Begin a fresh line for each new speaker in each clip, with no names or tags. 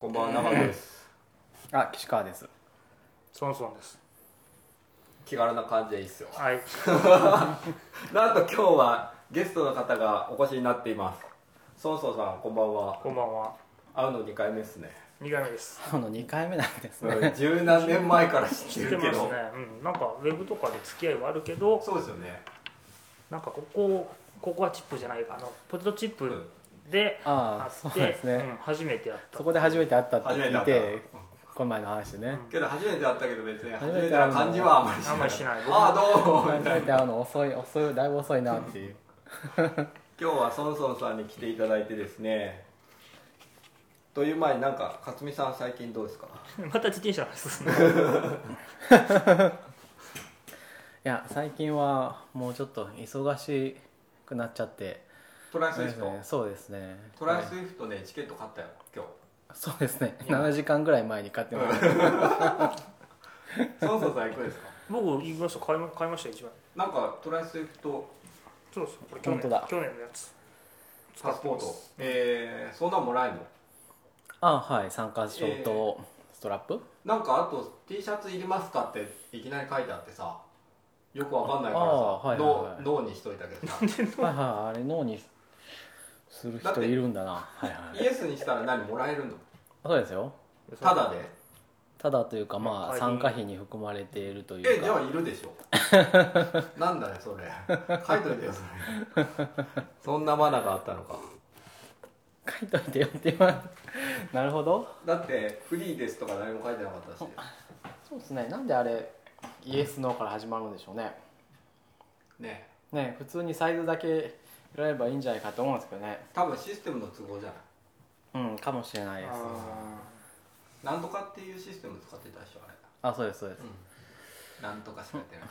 僕は長野です
あ岸川です
ソンソンです
気軽な感じでいいっすよ
はい
なんと今日はゲストの方がお越しになっていますソンソンさんこんばんは
こんばんは
会うの2回目っすね
2回目です
あの2回目なんですね、
うん十何年前から知
知
っ
ってて
る
ま
け
すね
ど、
うん、なんかウェブとかで付き合いはあるけど
そうですよね
なんかここここはチップじゃないかなポテトチッ
う
プ
ん
で
ああ
あ
そう
っ
で
て
すね、
うん初めてやった
そこで初めて会ったって
初めて
聞
会
い
った
てこの前の話ね、
けど初めて会ったけど別に初
初
め
め
て
て
な
会うの
感じはあまりしない
あんまりしない
ああどうもみ
初
たい
め
な
て会うの遅い遅いだいぶ遅いなっていう
今日はソンソンさんに来ていただいてですねという前になんか勝美さん最近どうですか
また自転車の話ですね
いや最近はもうちょっと忙しくなっちゃって
トライス
そう
イ
で
フ
す
ト、
ねそうですね
トライ
は
ス
い
イフトねチケット買ったよ今日
そうですね7時間ぐらい前に買ってました
ソンソンさんいくんです か
僕言いました買いま買いました一枚
なんかトライスイフト
そうですこれ去
本当
年
だ
去年のやつ
パスポートえー、そんなんもらえるの
あはい参加証とストラップ、
なんかあと T シャツいりますかっていきなり書いてあってさよくわかんないからさ
ああはいはいはい
ノーノーにしといたけどさ
はいはいあれ脳にする人いるんだなはいはい
イエスにしたら何もらえるの
そうですよ
ただで
ただというかま
ま
あ
あ
参加費に含まれているとい
え
う
じゃあ
か
いるでし ょなんだねそれ書いといてよそれそんなマナーがあったのか
書い といてよって言われなるほど
だってフリーですとか何も書いてなかったし
そうですねなんであれイエスノーから始まるんでしょうね
ね
ね普通にサイズだけ選べばいいんじゃないかと思うんですけどね
多分システムの都合じゃない
うんかもしれないです
あ
なんとかっていうシステム使ってたでしょあれ
あそうですそうです
うんなんとかしかやってない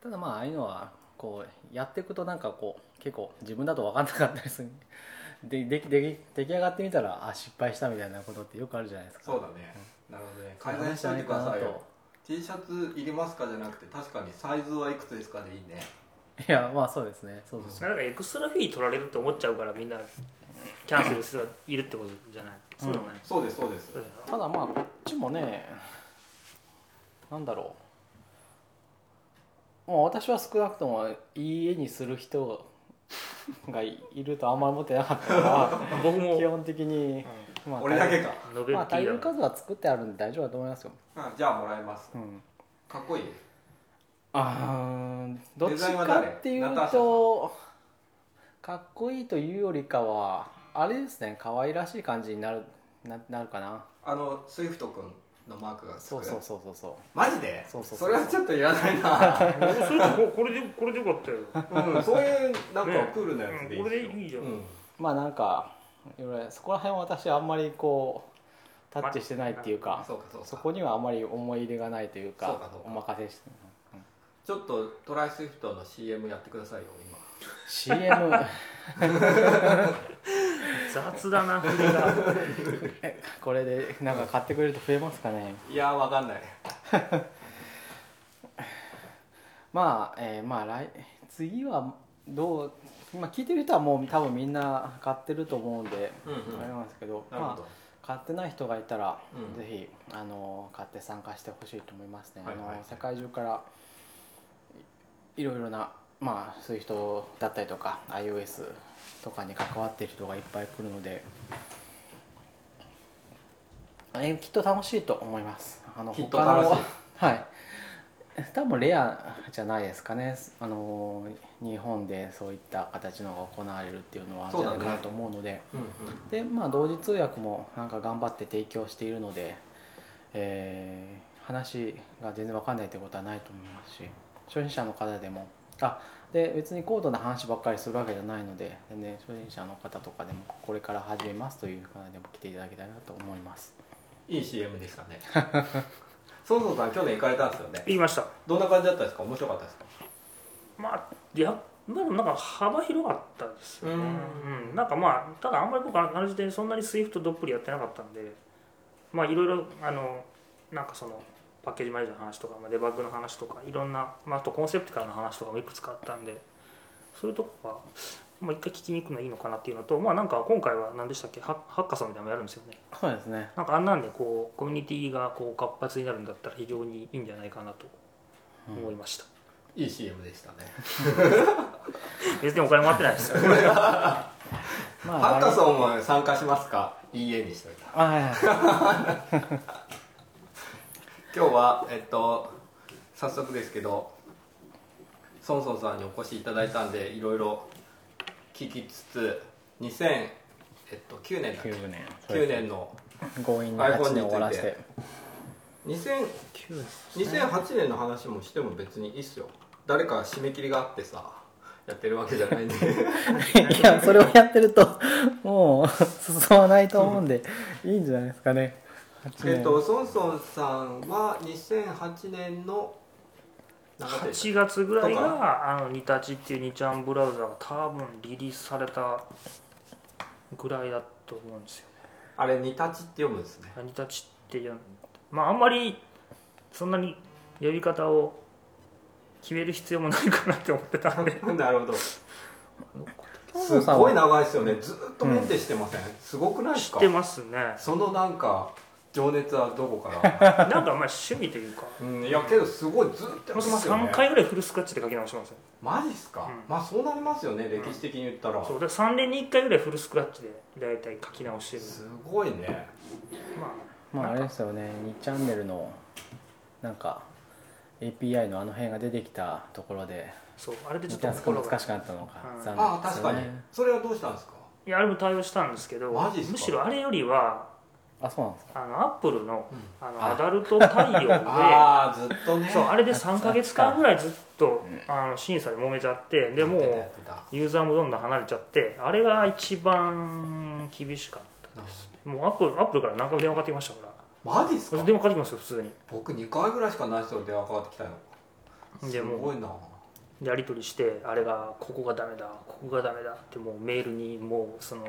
ただまあああいうのはこうやっていくとなんかこう結構自分だと分かんなかったりするでできでき出来上がってみたらあ失敗したみたいなことってよくあるじゃないですか
そうだねなるほどね改善しておいてくださいよ T シャツいりますかじゃなくて確かにサイズはいくつですかでいいね
いやまあそうですねそうそうそう
なんかエクストラフィー取られるって思っちゃうからみんなキャンセルする人がいるってことじゃない、そうだね
そうですそうです
そうだよ
ただまあこっちもねなんだろうもう私は少なくともいい絵にする人がいるとあんまり思ってなかったか
な僕
ら
も
基本的に、まあ、
俺だけか、
ノベル
まあ
ティ
大量
ーが
数は作ってあるんで大丈夫だと思いますよ、
うんじゃあもらいます
うん、
かっこいい
あーどっ
デザイ
ち
ンは
か
誰
ってい
ナター
う
シ
とかっこいいというよりかはあれですね可愛らしい感じになるななるかな
あのスイフト君のマークがつく
そうそうそうそうそう
マジで
そうそうそう
それはちょっといらない な、
それとここれでこれでよかったよ、
うん、そういうなん
ね
かクールなやつでいい
うんこれ
で
でいい
す
じ
よ
ゃん、
うん
まあなんかいろいろそこら辺は私あんまりこうタッチしてないっていうか
そうかそうか
そこにはあまり思い入れがないという
そう
か
かそうか
お任 せして
ちょっとトライスイフトの CM やってくださいよ今
CM
雑だな筆が
これでなんか買ってくれると増えますかね
いやーわかんない
まあえーまあ来次はどう今聞いてる人はもう多分みんな買ってると思うんで
うんうん
あれなんですけど
なるほ
ま
ど
あ買ってない人がいたら
うん
ぜひあの買って参加してほしいと思いますね
は
あ
いはいはい
の世界中からいいろいろなまあそういう人だったりとか iOS とかに関わっている人がいっぱい来るのでえきっと楽しいと思いますあの
きっと楽しい
他の はい多分レアじゃないですかねあの日本でそういった形のが行われるっていうのは
そうだね
じゃないかなと思うので。
うんうん
でまあ同時通訳もなんか頑張って提供しているので、えー話が全然わかんないってことはないと思いますし初心者の方でもあで別に高度な話ばっかりするわけじゃないので全然初心者の方とかでもこれから始めますという方でも来ていただきたいなと思います
いい CM でしたね そうそうさん去年行かれたんですよね
言いました
どんな感じだったんですか面白かったですか
まあいやまあなんか幅広かったですよね
うん
うんなんかまあただあんまり僕あの時点そんなにスイフトどっぷりやってなかったんでまあいろいろあのなんかそのパッケージマネージャーの話とか、まあ、デバッグの話とかいろんな、まあ、あとコンセプトからの話とかもいくつかあったんでそういうとこはまあ、一回聞きに行くのいいのかなっていうのと、まあ、なんか今回は何でしたっけハハッカソンみたいなのもやるんですよね
そうですね
なんかあんなんでこうコミュニティがこう活発になるんだったら非常にいいんじゃないかなと思いました、
いい CM でしたね
別にお金もらってないですよ
ま
ハッカソンも参加しますかいいえにしといた
あはいはい
今日はえっと早速ですけどソンソンさんにお越しいただいたんでいろいろ聞きつつ2009年だっけ
9年
9年の
強引に8
iPhone につい
年
て
終わらせて
2000 2008年の話もしても別にいいっすよ誰か締め切りがあってさやってるわけじゃ ないんで
いやそれをやってるともう進まないと思うんでいいんじゃないですかね8年
えっとソンソンさんは2008年の何でしたっ
8月ぐらいがあのニタチっていうニちゃんブラウザが多分リリースされたぐらいだと思うんですよ
けあれ「ニタチ」って読むんですね
ニタチってやんまああんまりそんなに呼び方を決める必要もないかなって思ってたんで
なるほどす
ソンさん
ごい
は
長いですよねずーっとメンテしてません、すごくないです
知
か
ってますね
そのなんか情熱はどこ から、
なんかまあ趣味という か
うん、いやけどすごいずっとやってますよね
3回ぐらいフルスクラッチで書き直しますよ
マジっすか、
うん
まあそうなりますよね歴史的に言ったら、
そうで3年に1回ぐらいフルスクラッチで大体書き直してる
すごいね
まあ
まああれですよね2チャンネルのなんか API のあの辺が出てきたところで
そうあれでちょ
2
っ
タ
と
スク
心が
難しくなったのか
うん
残
あ
念
あ
です
確
よ
かに
ね
それはどうしたんですか
いやあれも対応したんですけど
マジっすか
むしろあれよりは
あそうなんですか
あのアップルの,、あの
あ
アダルト対応で
ああずっとね
そうあれで3か月間ぐらいずっとあの審査で揉めちゃってでも
やってたや
う
ってた
ユーザーもどんどん離れちゃってあれが一番厳しかっ
なんか
たもうアップルアップルから何回も電話かかってきましたから
マジっすか
電話かかってきますよ普通
僕2回ぐらいしかない人に電話かかってきたよ
に
す
でも
ごいな
うやり取りしてあれがここがダメだここがダメだってもうメールにもうその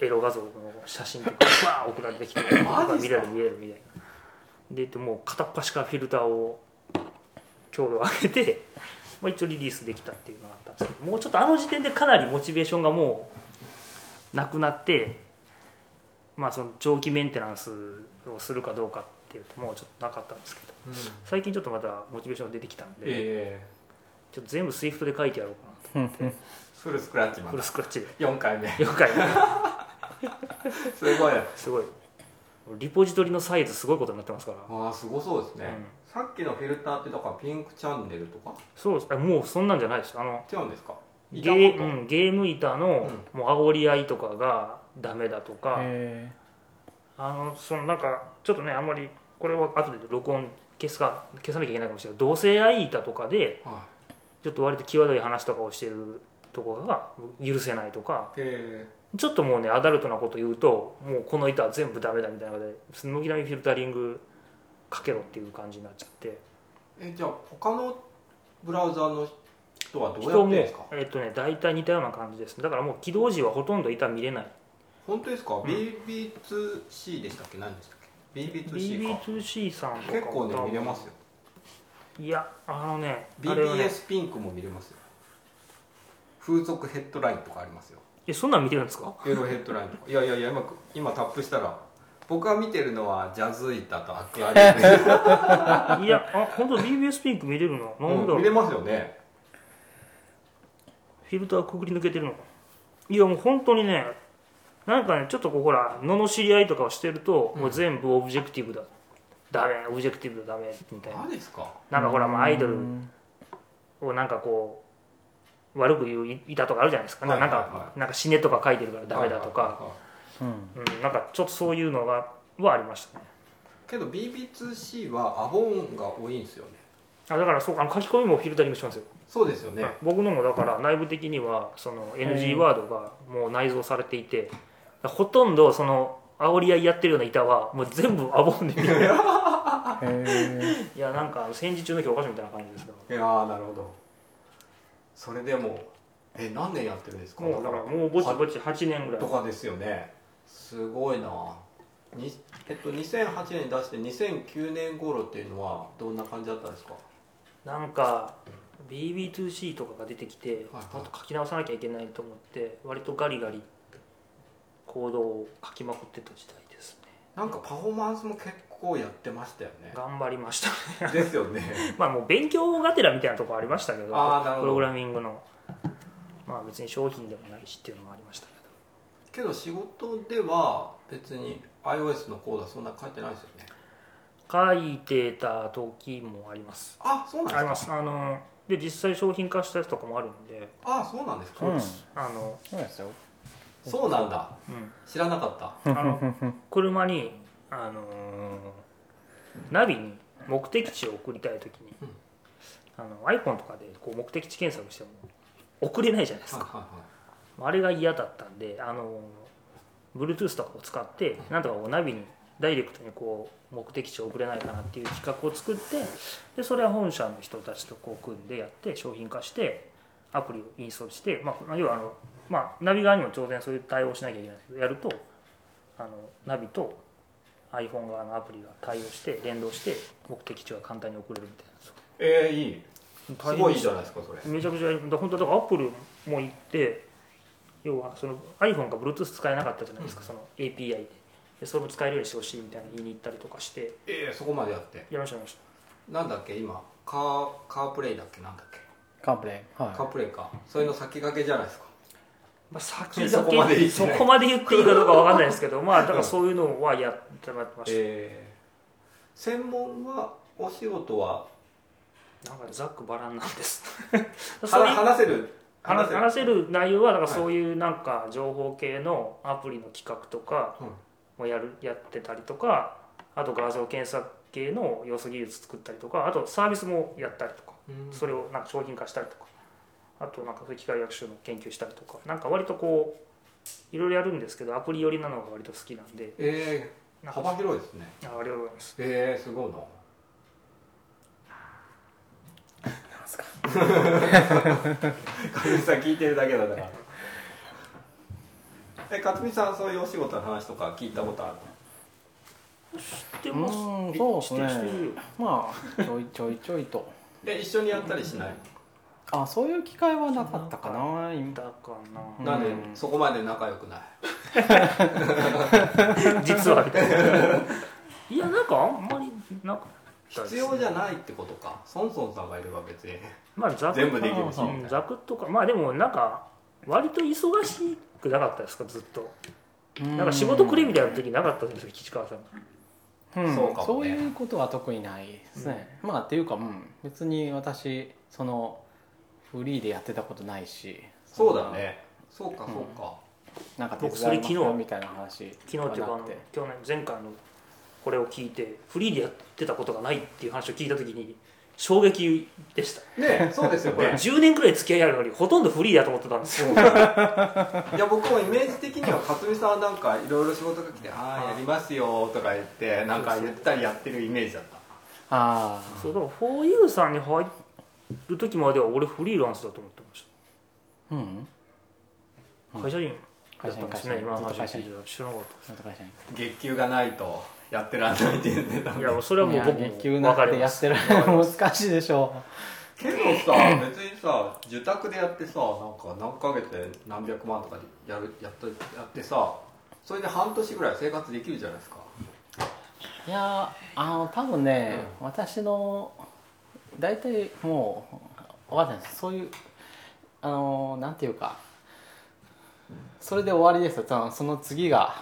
エロ画像の写真とかバー送られてきて
マジっ
見
す
れ
か
る見れるみたいなで言ってもう片っ端からフィルターを強度を上げて、まあ、一応リリースできたっていうのがあったんですけどもうちょっとあの時点でかなりモチベーションがもうなくなってまあその長期メンテナンスをするかどうかっていうともうちょっとなかったんですけど
うん
最近ちょっとまたモチベーションが出てきたんで、
ええ
ちょっと全部 SWIFT で書いてやろうかな
フルスクラッチ
と
ま
フ
で
ルスクラッチで
4回目
了解
すごいね
すごいリポジトリのサイズすごいことになってますから
ああすごそうですね、
うん
さっきのフィルターってだからピンクチャンネルとか
そうですあもうそんなんじゃないですあの
違うんですか
ゲ
いた
ー,、
こと
うん、ゲーム板のもう煽り合いとかがダメだとか、
へ
あのそのなんかちょっとねあんまりこれは後で録音消すか消さなきゃいけないかもしれない同性愛板とかで
は
ちょっと割と際どい話とかをしてるところが許せないとか
い、え
ちょっともうねアダルトなこと言うともうこの板は全部ダメだみたいなので軒並みフィルタリングかけろっていう感じになっちゃって
ーえじゃあ他のブラウザーの人はどうやっ
人
てん
も
ですか
えっとね大体似たような感じですだからもう起動時はほとんど板見れない
本当ですか、
ん
BB2C でしたっけ何でしたっけ BB2C か
BB2C さんとか
結構ね
も
見れますよ
いやあのねあれはね
BBS ピンクも見れますよ風俗ヘッドラインとかありますよ
えそんなん見れるんですか
ユーロヘッドラインとかい やいやいや今今タップしたら僕が見てるのはジャズイタとアクアリウム
いやあ本当 BBS ピンク見れるの なんだ
うん
ろう
見れますよね
フィルターくぐり抜けてるのいやもう本当にねなんかねちょっとこうほら罵り合いとかをしてると、もう全部オブジェクティブだダメオブジェクティブだダメみたいな
何ですか
なんかほらまあアイドル
うん
をなんかこう悪く言ういたとかあるじゃないですか、
はいはい
なん
はい
かなんか死ねとか書いてるからダメだとか、
はいはいはい
うん
うん、なんかちょっとそういうのがはありましたね
けど BB2C はアボンが多いんですよね
あだからそうあの書き込みもフィルタリングしますよ、
そうですよね、
僕のもだから内部的にはその NG ワードがもう内蔵されていてほとんどその煽り合いやってるような板はもう全部アボンで 見る
へ
いやなんか戦時中の教科書みたいな感じですけど
いやーなるほどそれでもえ何年やってるんですか
もうだからもうぼちぼち8年ぐらい
とかですよねすごいなにえっと2008年に出して2009年頃っていうのはどんな感じだったんですか
なんか BB2C とかが出てきて
はいはい
もっと書き直さなきゃいけないと思って割とガリガリコードを書きまくってた時代ですね
なんかパフォーマンスも結構やってましたよね
頑張りましたね
ですよね
まあもう勉強がてらみたいなところありましたけど
あーなるほど
プログラミングのまあ別に商品でもないしっていうのもありましたけ
け
ど
ど仕事では別に iOS のコードはそんな書いてないですよね
書いてた時もあります
あそうなん
あり
で
ます
か
すあので実際商品化したやつとかもあるんで
あそうなんですか、
うん
あの、
そうですよ
そうなんだ
うん、
知らなかった
あの車に、あのーナビに目的地を送りたい時に
うん
あの iPhone とかでこう目的地検索しても送れないじゃないです
はい
か
はいはい
あれが嫌だったんで、あのー Bluetooth とかを使ってなんとかこうナビにダイレクトにこう目的地を送れないかなっていう企画を作ってでそれは本社の人たちとこう組んでやって商品化してアプリをインストールして、まあ、要はあの、まあ、ナビ側にも当然そういう対応をしなきゃいけないんですけどやるとあのナビと iPhone 側のアプリが対応して連動して目的地が簡単に送れるみたいな
えー、いいす
大
ごい
変
い
で
い
し
じ
た
ゃないですかそれ
めちゃくちゃやりだ本当だからアップルも行って要はその iPhone が Bluetooth 使えなかったじゃないですか、その API ででそれも使えるようにしてほしいみたいな言いに行ったりとかして
えー、そこまでやって
やりましたやりました
なんだっけ今カーカープレイだっけなんだっけ
カンプレイ
カ
は
ープレイかそれの先駆けじゃないですか
まあ、先
そ
々
こまで言って
そ
ない
こまで言っていいかどうかわかんないですけどまあだからそういうのはやってもらってまし
えー、専門はお仕事は
たなんかざっくばらんなんです そう
話
いう
話せる
話
せ
せ
る
話せる内容はだから
はい
そういうなんか情報系のアプリの企画とか
うん
もやるやってたりとかあと画像検索系の要素技術作ったりとかあとサービスもやったりとか
うん
それをなんか商品化したりとかあとなんかそういう機械学習の研究したりとかなんか割とこういろいろやるんですけどアプリ寄りなのが割と好きなんで
えー、
なんか
幅広いですね
あありがとうございます
えー、すごいな
なん すか
勝美さん聞いてるだけだからえ勝美さんそういうお仕事の話とか聞いたことある
でも
うんそうですね
してしてるよ
まあちょいちょいちょいと
え一緒にやったりしない、
あそういう機会はなかったかな今
だか
うん
なんで
うん
そこまで仲良くない
な 実はみたいないやなんかあんまりなんか
必要じゃないってことかソンソンさんがいれば別に
まあざっくり
全部できるし
うん、ザクッとかまあでもなんか割と忙しくなかったですかずっとなんか仕事くれみたいな時なかったんですよ吉川さん
うん
そうかもね
そういうことは特にないですね、まあっていうか、うん、別に私そのフリーでやってたことないし
そうだねそうかそうか、
なんか手
僕それ
伝います
昨
よ
日
みたいな話
昨日っていうかあ
は
の
なくて
去年前回のこれを聞いてフリーでやってたことがないっていう話を聞いた時に衝撃でした
ねそうですよ
これ
ね
10年くらい付き合いあるのにほとんどフリーだと思ってたんですよ
いや僕もイメージ的には克実さんなんかいろいろ仕事が来て「ああやりますよ」とか言ってなんかゆったりやってるイメージだった
ああ
そうだから 4U さんに入る時までは俺フリーランスだと思ってまし
うん
た会社員だ
会
っ
社員
たんで
会
す
社
ね
員
今
ず
の
っと
話
会社
聞い
員
てたら知らなかっ
ずっと会社員
月給がないとやってらんないって言ってた
た
ん
い
で
やそれはもう僕
いや
も
月給
分
な
か
んて
り
や
ま
っ
す
てるの難しいでしょ
けどさ別にさ受託でやってさなんか何ヶ月で何百万とかでやるやっとやってさそれで半年ぐらい生活できるじゃないですか
いやーあの多分ね、私の大体もう分かんないですそういうあのーなんていうかそれで終わりですよ多分その次が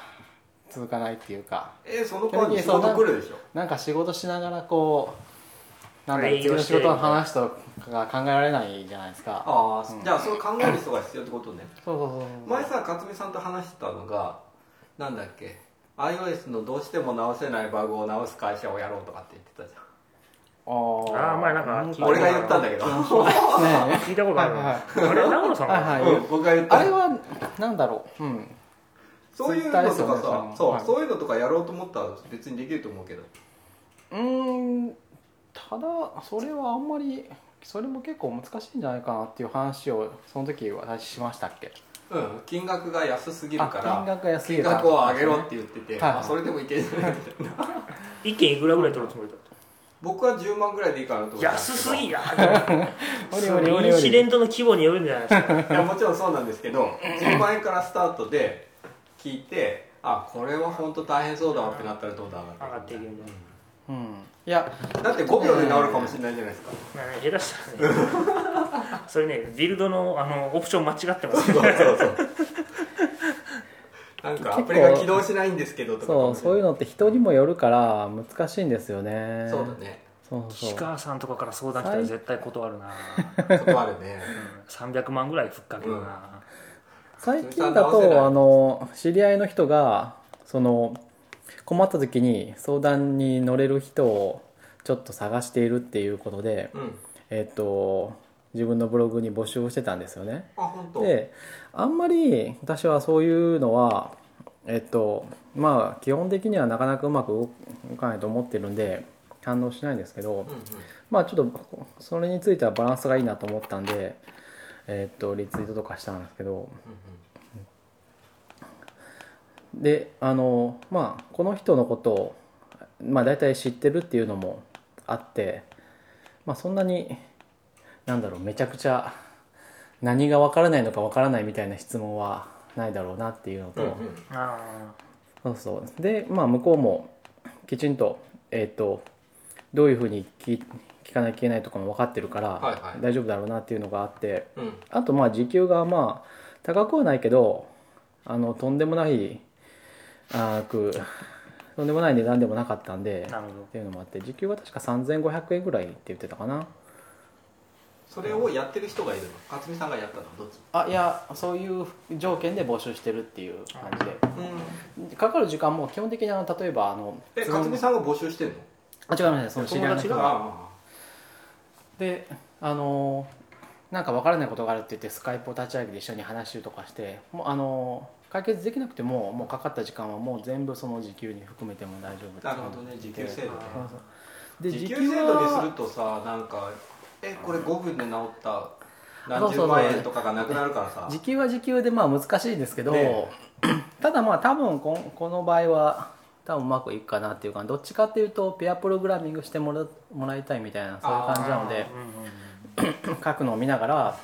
続かないっていうか
えー、その間に仕事来るでしょ
なんか仕事しながらこうなんだろう
営
次
業
の
して
仕事の話とかが考えられないじゃないですか
ああ、
うん
じゃあそれ考える人が必要ってことね
そうそうそう
前さ勝美さんと話してたのがなんだっけ iOS のどうしても直せないバグを直す会社をやろうとかって言ってたじ
そう
あー前なんか
ゃん
うん
俺が言ったんだけど、
ね
聞いたことある
はいは
あれ長野さん
はいは
が
い
うん、 僕が言った
あれはなんだろううん
そういうのとか
ツイッターですよ
さ
ね
そう、
はい
そういうのとかやろうと思ったら別にできると思うけど
うーんただそれはあんまりそれも結構難しいんじゃないかなっていう話をその時私しましたっけ
うん金額が安すぎるか
あ金
ら
額が安い
金額を上げろって言ってて、
はい
あそれでもいけるみたいな
意見いくらぐらい取るつもりだと
僕は10万ぐらいでいいかなと思ってたんです
安
け
す
ど
ぎや
おり
そ
おりお
の
り
イ
お
ンシデ
り
ントの規模によるんじゃないです か
いやもちろんそうなんですけど10万円からスタートで聞いてあこれは本当大変そうだわってなったらどうだ上
上
がっ
がってて
い
い
くる
くんじゃない
うんいや
だって5秒で治るかもしれないじゃないですか
まあね下手したらね それねビルドのあのオプション間違ってます
そう
よ
そうそうなんかアプリが起動しないんですけどとか
そうそういうのって人にもよるから難しいんですよね
そうだね
そうそう
岸川さんとかから相談来たら絶対断るな、
断るね
うん300万ぐらいふっかけるな、
最近だ
それさ直せない
とあの知り合いの人がその困った時に相談に乗れる人をちょっと探しているっていうことで、
うん
えっと自分のブログに募集をしてたんですよね。
あ本当
であんまり私はそういうのはえっとまあ基本的にはなかなかうまく動動かないと思ってるんで反応しないんですけど、
うんうん
まあちょっとそれについてはバランスがいいなと思ったんで、えっとリツイートとかしたんですけど
う
であのまあこの人のことを、まあ、大体知ってるっていうのもあって、まあ、そんなになんだろうめちゃくちゃ何がわからないのかわからないみたいな質問はないだろうなっていうのと、
んうんうんうん
あ
そうそうで、まあ、向こうもきちんと,、えー、とどういうふうに聞聞かなきゃいけないとかも分かってるから、
はいはい
大丈夫だろうなっていうのがあって。
うん
あとまあ時給がまあ高くはないけどあのとんでもないあーくとんでもない値段でもなかったんで
あなるほど
っていうのもあって時給が確か3500円ぐらいって言ってたかな
それをやってる人がいるの勝美さんがやったのどっち
あいやそういう条件で募集してるっていう感
うん
じでかかる時間も基本的にあの例えばあの
え勝美さんが募集してんの
あ違いますねその知り合いの人が
あ
であのなんか分からないことがあるって言ってスカイプを立ち上げて一緒に話をとかしてもうあの解決できなくてももうかかった時間はもう全部その時給に含めても大丈夫って
なるほどね時給制度ね
そうそうで
時給
は
制度にするとさなんかえこれ5分で治った何十
そうそう
万円とかがなくなるからさ
時給は時給でまあ難しいですけど、
ね
ただまあ多分こんこの場合は多分うまくいくかなっていうかどっちかっていうとペアプログラミングしてもらもらいたいみたいなそういう感じなので
ーうんうんうん
書くのを見ながら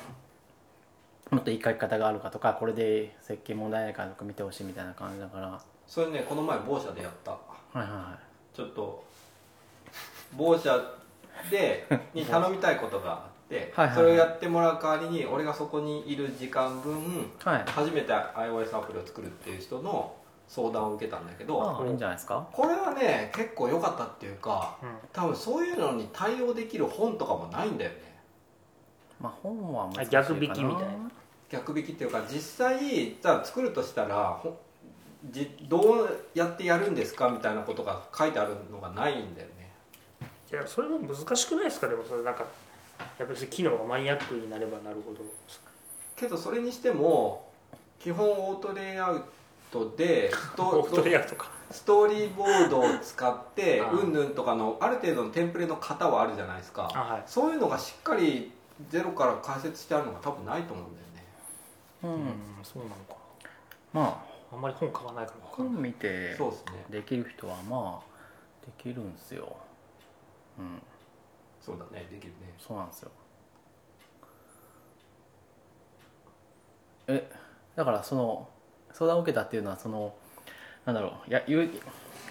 もっといい書き方があるかとかこれで設計問題ないかとか見てほしいみたいな感じだからは
それねこの前某社でやった
いはいは
ちょっと某社で に頼みたいことがあって
はいはい
それをやってもらう代わりに俺がそこにいる時間分
いはい
初めて iOS アプリを作るっていう人の相談を受けたんだけ
あ
ど
あいいんじゃないですか
これはね結構良かったっていうか多分そういうのに対応できる本とかもないんだよね
まあ本は難しいかな
逆引きみたいな
逆引きっていうか実際じゃあ作るとしたらほじどうやってやるんですかみたいなことが書いてあるのがないんだよね
いやそれも難しくないですかでもそれなんかやっぱり機能がマニアックになればなるほど
けどそれにしても基本オートレイアウトでスト
オートレイアウトか
ストーリーボードを使って
ああ
うんぬんとかのある程度のテンプレの型はあるじゃないですか
あはい
そういうのがしっかりゼロから解説してあるのが多分ないと思うんだよね
うん、
うんそうなのか
まあ
あんまり本買わないから分かんない
本見て
そうですね
できる人はまあできるんですようん
そうだねできるね
そうなんですよえだからその相談を受けたっていうのはそのなんだろうや言う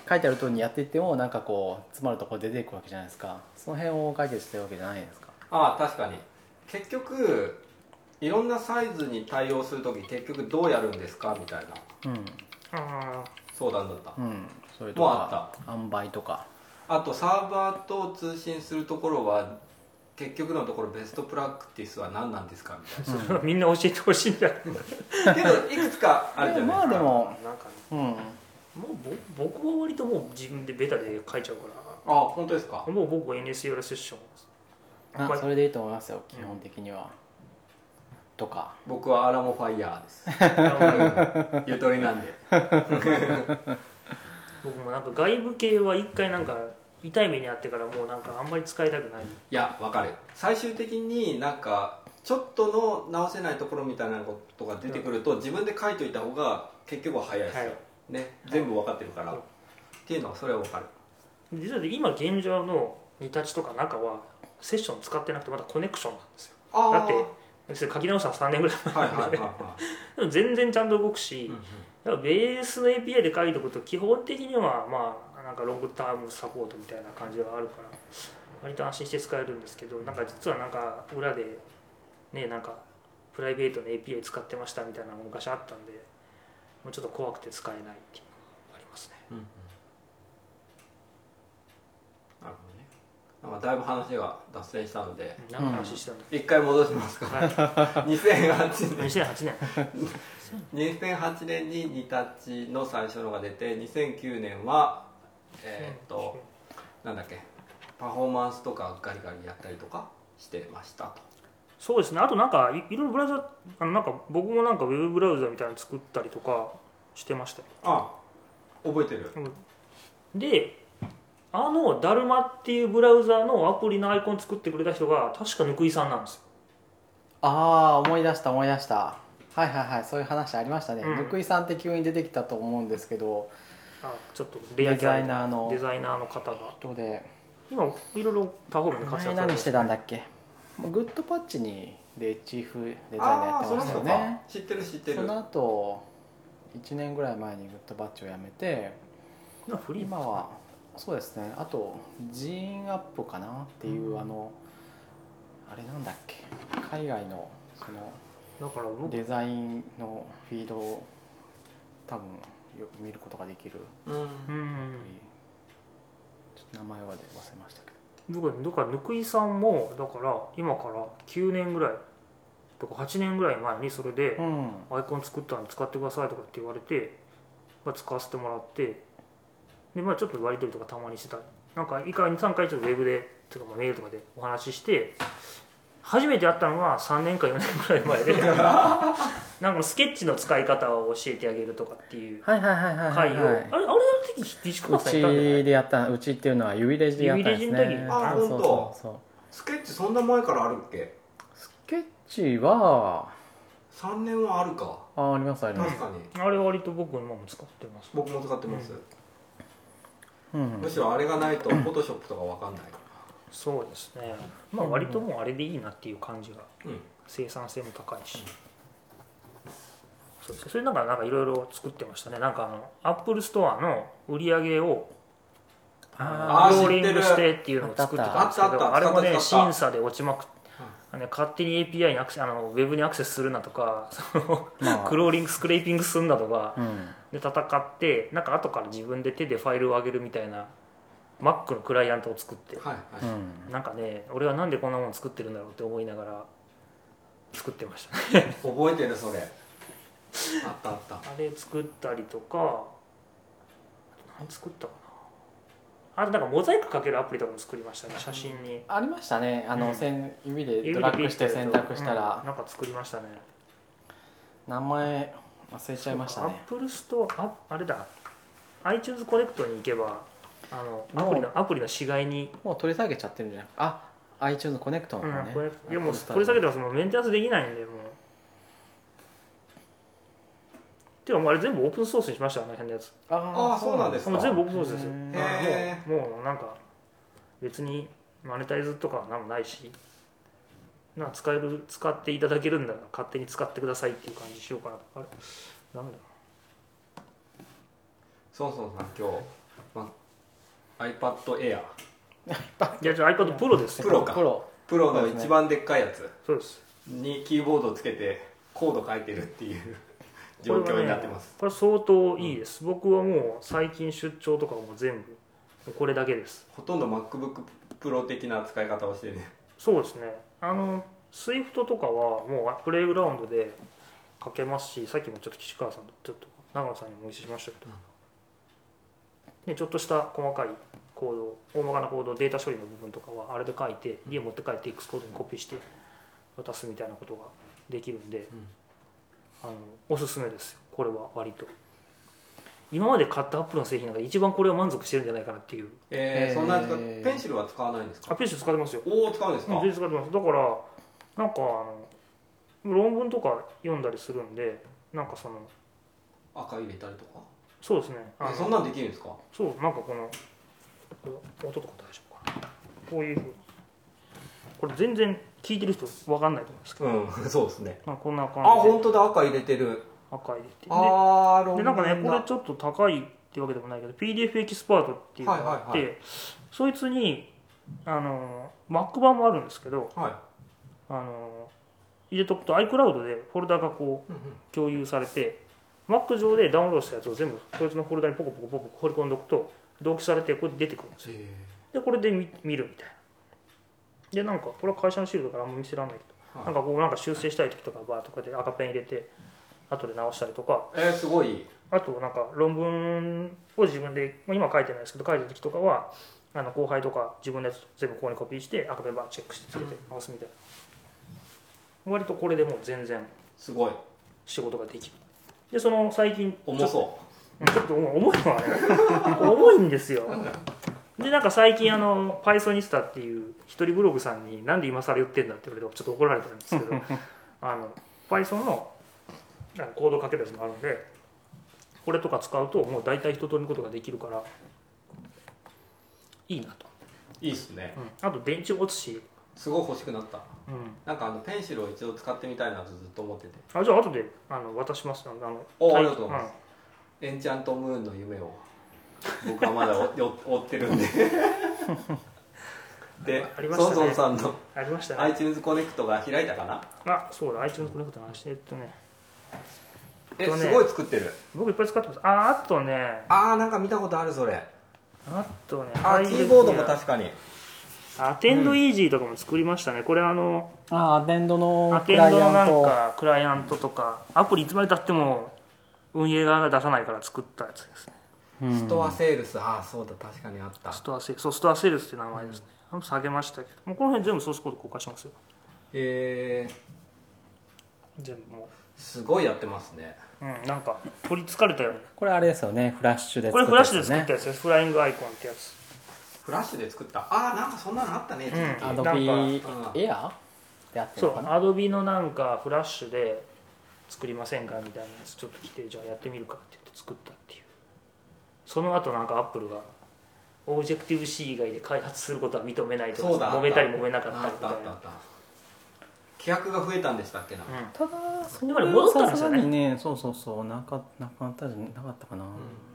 書いてある通りにやっていってもなんかこう詰まるとこ出ていくわけじゃないですかその辺を解決してるわけじゃないですか
ああ確かに結局いろんなサイズに対応する時結局どうやるんですかみたいな
うん
あ
相談だった、
うんそれと
もうあ
か塩梅とか
あとサーバーと通信するところは結局のところベストプラクティスは何なんですかみ
あそれは みんな教えてほしいんじゃない
たいなけどいくつかあるじゃない
ま
で
あ
す
で
か
も
なんかね
うん
もうぼ僕は割ともう自分でベタで書いちゃうか
ああ本当ですから
もう僕は NSUR セッション
あ
これ
それでいいと思いますよ基本的には、とか
僕はアラモファイヤ
あの
ーですゆとりなんで
僕もなんか外部系は一回なんか痛い目にあってからもうなんかあんまり使いたくない
いやわかる最終的になんかちょっとの直せないところみたいなことが出てくると自分で書いといた方が結局は早いですよ、
はい
ね全部わかってるから、
はい
っていうのはそれはわかる
実は今現状のニタッチとかなんかはセッション使ってなくてまだコネクションなんですよ
あー
だって別に書き直したの3年ぐらい
はいはいはいは
でも全然ちゃんと動く
い
し
うんうん
やっぱベースの API で書いておくと基本的にはまあなんかロングタームサポートみたいな感じはあるから割と安心して使えるんですけどなんか実はなんか裏でねなんかプライベートの API 使ってましたみたいなのが昔あったんでもうちょっと怖くて使えないっていうのがありますね
うんうんなるほどねなんかだいぶ話が脱線したので
何の話してたんだっ
一回戻しますか
け、はい、
2008年
2008年
2008年にニタッチの最初のが出て2009年はえーっとなんだっけパフォーマンスとかガリガリやったりとかしてましたと
そうですねあとなんかいいろいろブラウザあのなんか僕もなんかウェブブラウザみたいなの作ったりとかしてましたよ
あ覚えてる
であの「だるま」っていうブラウザのアプリのアイコン作ってくれた人が確かぬくいさんなんですよ
ああー思い出した思い出したはいはいはいそういう話ありましたね
うん
ぬくいさんって急に出てきたと思うんですけど
あちょっとレ
デザイナーの
デザイナーの方が
どうで
今いろいろパフォーマンス
前
の活躍され
何してて
る
たんだっけグッドパッチにでチーフデザイナーや
あ
っ
あ
て
そ
ま
の
し
人
た
か
よね
知ってる知って
そ
る
の後1年ぐらい前にグッドパッチを辞めて
今フリー
今はそうですねあとジーンアップかなっていう、あのあれなんだっけ海外のその
だから僕
デザインのフィードを多分よく見ることができる、
うん
うん
ちょっと名前はで忘れましたけど
僕だからぬくいさんもだから今から9年ぐらいとか8年ぐらい前にそれで、
うん
アイコン作ったの使ってくださいとかって言われて、まあ、使わせてもらってで、まあ、ちょっと割り取りとかたまにしてたなんか以下23回ちょっとウェブでとかまあメールとかでお話しして初めて会ったのが3年か4年くらい前で なんかスケッチの使い方を教えてあげるとかっていう
はいはいはいはいは
会
い
を、あれあれの時西
う
川さんいたんじゃな
ち
い
でやったうちっていうのは指レジでやったんですね
指レジの時
あ
そう
本当
そうそう
スケッチそんな前からあるっけ
スケッチは
3年はあるか
あありますありま
確
す、
かに
あれ割と僕今も使ってます
僕も使ってます、
うん
む、しろあれがないとフォトショップとかわかんない
そうですねまあ割ともうあれでいいなっていう感じが
うん
生産性も高いし、そうですねそれなんかなんかいろいろ作ってましたねなんかあのアップルストアの売り上げを
あ
あ
ー
のローリング
知っ
しててっていうのを作ってたんですけ
あったあっ
ど
た
あれもね
使った使った
審査で落ちまくって。あのね勝手に API にアクセあのウェブにアクセスするなとか その
まあ
クローリングスクレーピングするなとか
うん
で戦ってなんか後から自分で手でファイルを上げるみたいな Mac のクライアントを作って
はいは
う
い、
ん
なんかね俺はなんでこんなもの作ってるんだろうって思いながら作ってました
覚えてるそれあったあった
あれ作ったりとか何作ったかなあとなんかモザイクかけるアプリとかも作りましたね写真に
ありましたねあの、
うん
線指でドラッグして選択した
うん
ら
なんか作りましたね
名前忘れちゃいました
アッ
ね
プルストアああれだ iTunes コネクトに行けばあのアプリのアプリの死骸に、
もう取り下げちゃってるんじゃなくあ iTunes コネクトの
う
方
ん
ね、
これいやもう
こ
これ下げてますもうメンテナンスできないんでもうてかもうあれ全部オープンソースにしましたあの辺のやつ
あ
あーそうなんですか
もう全部オープンソースですよ
へ
もうもうなんか別にマネタイズとかは何もないしなんか使える使っていただけるんだから勝手に使ってくださいっていう感じしようかなあれなんだ
そうそうさん今日、ま、iPad Air
いやじゃあ iPad Pro です
プロか
プロ
プロの一番でっかいやつ
そうです
にキーボードをつけてコード書いてるって いう状況になってます、
これはねこれ相当いいです、僕はもう最近出張とかも全部これだけです
ほとんど MacBook Pro 的な使い方をしてね
そうですねあの Swift とかはもうプレイグラウンドで書けますしさっきもちょっと岸川さんとちょっと長野さんにもお見せしましたけど、でちょっとした細かいコード大まかなコードデータ処理の部分とかはあれで書いて家持って帰って X コードにコピーして渡すみたいなことができるんで、あのおすすめですよこれは割と今まで買ったアップルの製品の中で一番これは満足してるんじゃないかなっていう
えー、そんなやつか
えー
ペンシルは使わないんですか
アピール使ってますよ
おお使うんですか、
全然使ってますだからなんかあの論文とか読んだりするんでなんかその
赤入れたりとか
そうですねあ
えそん
の
なんできるんですか
そうなんかこのこれ音とか大丈夫かなこういうふうにこれ全然聞いてる人分かんないと思うんですけど、
うん、 そうですね
まあ、こんな
あ
感じで
本当だ赤入れてる
赤入れてで
あーロン
で
グ
なんかねこ
だ
れちょっと高いってわけでもないけど PDF エキスパートっていうのがあっ
は
て、
いは
そいつにあの Mac 版もあるんですけど
はい
あの入れとくと iCloud でフォルダがこ
うんうん
う共有されて Mac 上でダウンロードしたやつを全部そいつのフォルダにポコポコポコポコ放り込んでおくと同期されてこれ出てくるんですよでこれで見見るみたいなでなんかこれは会社のシールだからあんま見せらんないけど、
はい
なんかこうなんか修正したい時とかバーとかで赤ペン入れて後で直したりとか
えー、すごい
あとなんか論文を自分でまあ今書いてないですけど書いてる時とかはあの後輩とか自分のやつ全部ここにコピーして赤ペンバーチェックしてつけて直すみたいな割とこれでもう全然
すごい
仕事ができるでその最近
重そ
うんちょっと重いのはね重いんですよでなんか最近あのパイソニスタっていう一人ブログさんになんで今更言ってんだって言われてちょっと怒られたんですけ どあのパイソンのなんかコードかけるやつもあるんでこれとか使うともう大体一通りのことができるからいいなと、
ういいっすね
あと電池も持つし、
すごい欲しくなった
うん
なんかあのペンシルを一度使ってみたいなとずっと思ってて
あじゃあ後であの渡しますあの
お
待
ありがとうございます
ん
エンチャントムーンの夢を僕はま だ追追追ってるんで で、
ありました
ソ
ね
ンソンさんの
ありましたね
iTunes コネクトが開いたかな
あそうだ iTunes コネクトの話えっとね
え、
えっとね
すごい作ってる
僕いっぱい使ってますああとね
あーなんか見たことあるそれ
あとね
あ
アイ
ー
デ
キ
ア
ーボードも確かに
アテンドイージーとかも作りましたね、これあの
あーアテンドの
ア
ク
テン
ライ
ドの
ア
な
ン
ん
ト
かクライアントとかアプリいつまでたっても運営側が出さないから作ったやつですね
うん
ストアセールスああそうだ確かにあった
ストアセールそうストアセールスって名前ですね、あん、下げましたけどもうこの辺全部ソースコード公開しますよ
えー、
全部も
すごいやってますね
ううんなんか取りつかれたよう
これあれですよねフラッシュで
なこれフラッシュで作
や
っ
つ
たやつです、フライングアイコンってやつ
フラッシュで作ったあーなんかそんなのあったね、
うん
一時期
ア
の
ドビエアであって
そ
るの
う
かな
アドビのなんかフラッシュで作りませんかみたいなやつちょっと来てじゃあやってみるかって言って作ったっていうその後なんかアップルがオブジェクティブ C 以外で開発することは認めないとか
そうだ
揉めたり揉めなかっ
あった
た
あっ
りみ
た
た
あ
い
った規約が増えたんでしたっけな、
な、
ただそ
れ
れ
は戻ったん
はさ
です
す
よ
が
ね
にねそうそうそうなかなかったじゃなかったかな、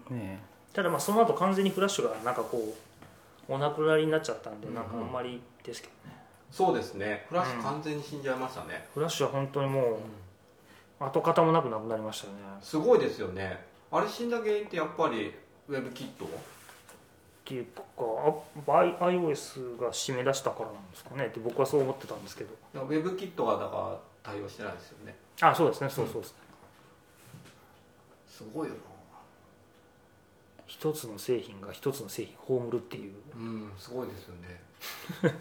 ね
うん、ただまあその後完全にフラッシュがなんかこうお亡くなりになっちゃったんで
うん
なんかあんまりですけど、
そうですねフラッシ
う
ュ
ん
完全に死んじゃいましたね、
フラッシュは本当にもう跡形もなくなくなりましたよね
すごいですよねあれ死んだ原因ってやっぱりウェブキット
っていうかあ I- iOS が締め出したからなんですかねって僕はそう思ってたんですけど
ウェブキットがだから対応してないですよね
あそうですねそうそうですね、
すごいよな
一つの製品が一つの製品を葬るっていう
うんすごいですよね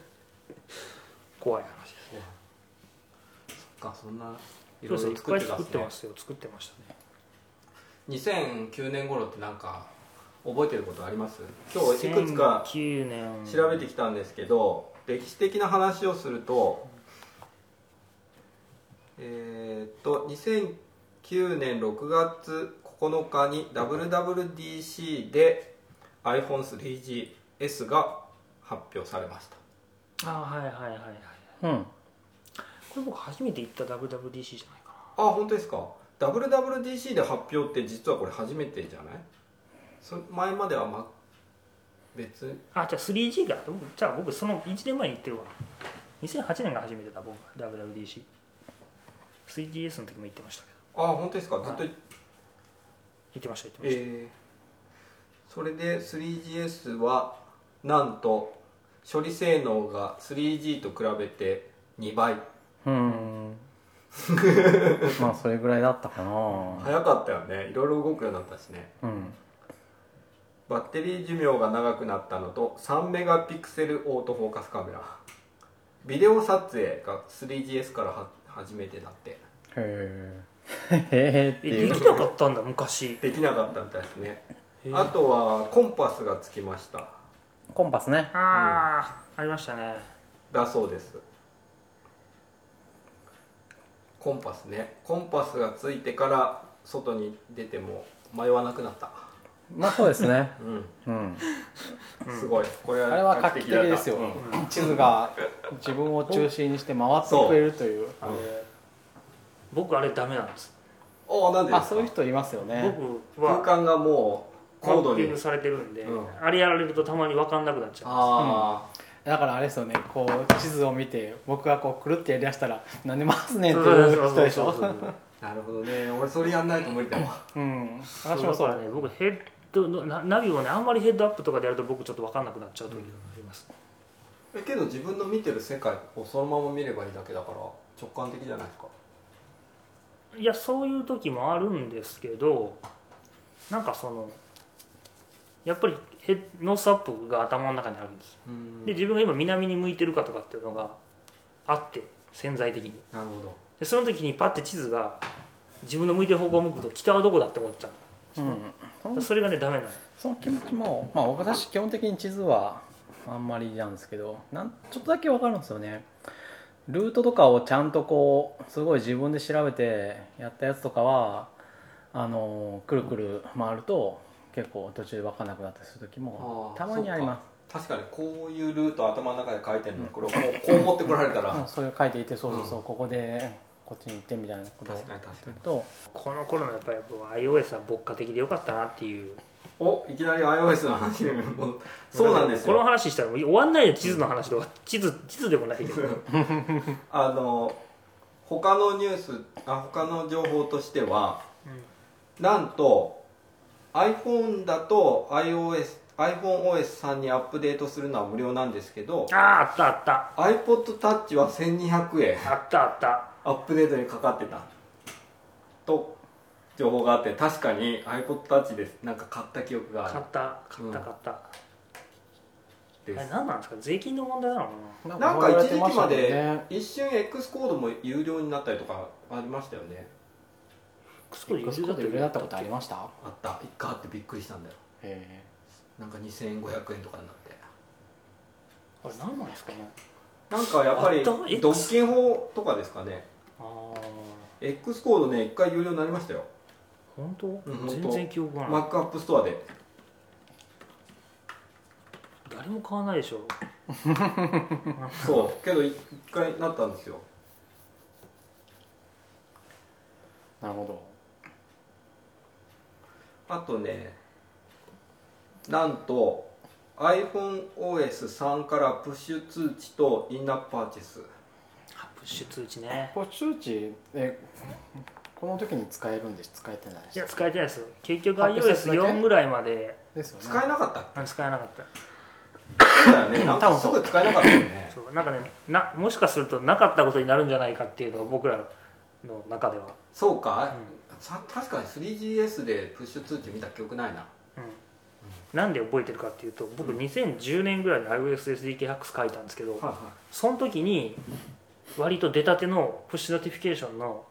怖い話です
そっかそんな
そ
いうろ
で
い
すね
ろ
いっ
作っ
ぱ
てたん
い作っ
です
て
ね
ますよ作ってましたね
2009年頃ってなんか覚えてることあります今日いくつか
9年
調べてきたんですけど、歴史的な話をすると、えーっと2009年6月9日に WWDC で iPhone3GS が発表されました
あはいはいはいはい
うん
これ僕初めて行った WWDC じゃないか
あ本当ですか WWDC で発表って実はこれ初めてじゃないそ前までは、ま、別
なあじゃあ 3G が僕じゃあ僕その1年前に行ってるわ2008年が初めてだ僕 WWDC 3GS の時も行ってましたけど
あ本当ですかずっと、
行ってました行ってました、
えーそれで 3GS はなんと処理性能が 3G と比べて2倍
うん、まあそれぐらいだったかな、
早かったよねいろいろ動くようになったしね
うん
バッテリー寿命が長くなったのと3メガピクセルオートフォーカスカメラビデオ撮影が 3GS からは初めてだって
へえへえって
え
い
で
う
きなかったんだ昔
できなかったみたいですね
へー
あとはコンパスがつきました
コンパスね
ああ、ありましたね
だそうですコンパスねコンパスがついてから外に出ても迷わなくなった、
まあそうですね
うん
うん、
すごいこれは
あれは画期的
だった
ですよ、
うん
地図が自分を中心にして回ってくれるという
あれ僕あれダメなんです
おおなんでで
あ
すか
そういう人いますよね
僕
空
は
間がもう
マ
高度
ッピン
に
グされてるんで、
うん
あれやられるとたまに分かんなくなっちゃう
あ
だからあれですよねこう地図を見て僕がこうくるってやりだしたら「なんで回すねん」って
そう
い
そうう
人
そう
でし
そうそ
ょ
う
あなるほどね俺それやんないと無理だわ
うん
そ
私
う
も
だか
そ
ら
う
ね僕ヘッドのなナビをねあんまりヘッドアップとかでやると僕ちょっと分かんなくなっちゃうというのがあります、
えけど自分の見てる世界をそのまま見ればいいだけだから直感的じゃないですか
いやそういう時もあるんですけどなんかそのやっぱりヘッノースアップが頭の中にあるんです
うん
で自分が今南に向いてるかとかっていうのがあって潜在的に
なるほど
でその時にパッて地図が自分の向いてる方向を向くと北はどこだって思っちゃ
うん
うそれがねダメなの
その気持ちも、まあ、私基本的に地図はあんまりなんですけどなんちょっとだけわかるんですよねルートとかをちゃんとこうすごい自分で調べてやったやつとかはあのくるくる回ると結構途中で分かんなくなったりする時も
あー
たまにありま
確かにこういうルート頭の中で書いてるのにこれをこうこう持ってこられた
す
ら
うんそれを書いていてそうそうそう、ここでこっちに行ってみたいなことを
確かに確か
す
に
ると
この頃のやっぱり僕 iOS は牧歌的でよかったなっていう
おいきなり iOS の話に戻った そうなんです
この
よ
話したらもう終わんないよ地図の話とか地図地図でもないけど
あの他のニュースあ他の情報としてはなんと iPhone だと iOS iPhoneOS さんにアップデートするのは無料なんですけど
あああったあった
iPodTouch は1200円
あったあった
アップデートにかかってたと情報があって確かに iPodTouch ですなんか買った記憶があ
買
る
った買った
うん
買った、
で
あれ
す
何なんですか税金の問題なのか
な
なん
こ
か
うやっ
一
て
時
ま
期
した
ま
もんね
で一瞬 X コードも有料になったりとかありましたよね
なす
X コード揺れだったことありました
あった一回あってびっくりしたんだよ
え
なんか2500円とかになって
あれ何なんですかね
なんかやっぱ
あった
り
X
独禁法とかですかね
ああ
X コードね一回有料になりましたよ
本当、
ん本当
全然記憶がない、
マックアップストアで
誰も買わないでしょ
そうけど一回なったんですよ
ーなるほど
あとねなんと iPhoneOS3 からプッシュ通知とインナーパーチェス
あプッシュ通知ね
これ周知えこの時に使えるんです使えてないで
い
す
や使えてないですよ結局
アップしたやつだけ
iOS4 ぐらいまで
ですよね
使えなかったっ
あ使えなかった
けだよねなんかすぐ使えなかったよね
そうなんかねなもしかするとなかったことになるんじゃないかっていうのが僕らの中では、
そうか、さ確かに 3GS でプッシュ通知見た記憶ないな
うんなんで覚えてるかっていうと僕2010年ぐらいに iOSSDK ハックス書いたんですけど、その時に割と出たてのプッシュノティフィケーションの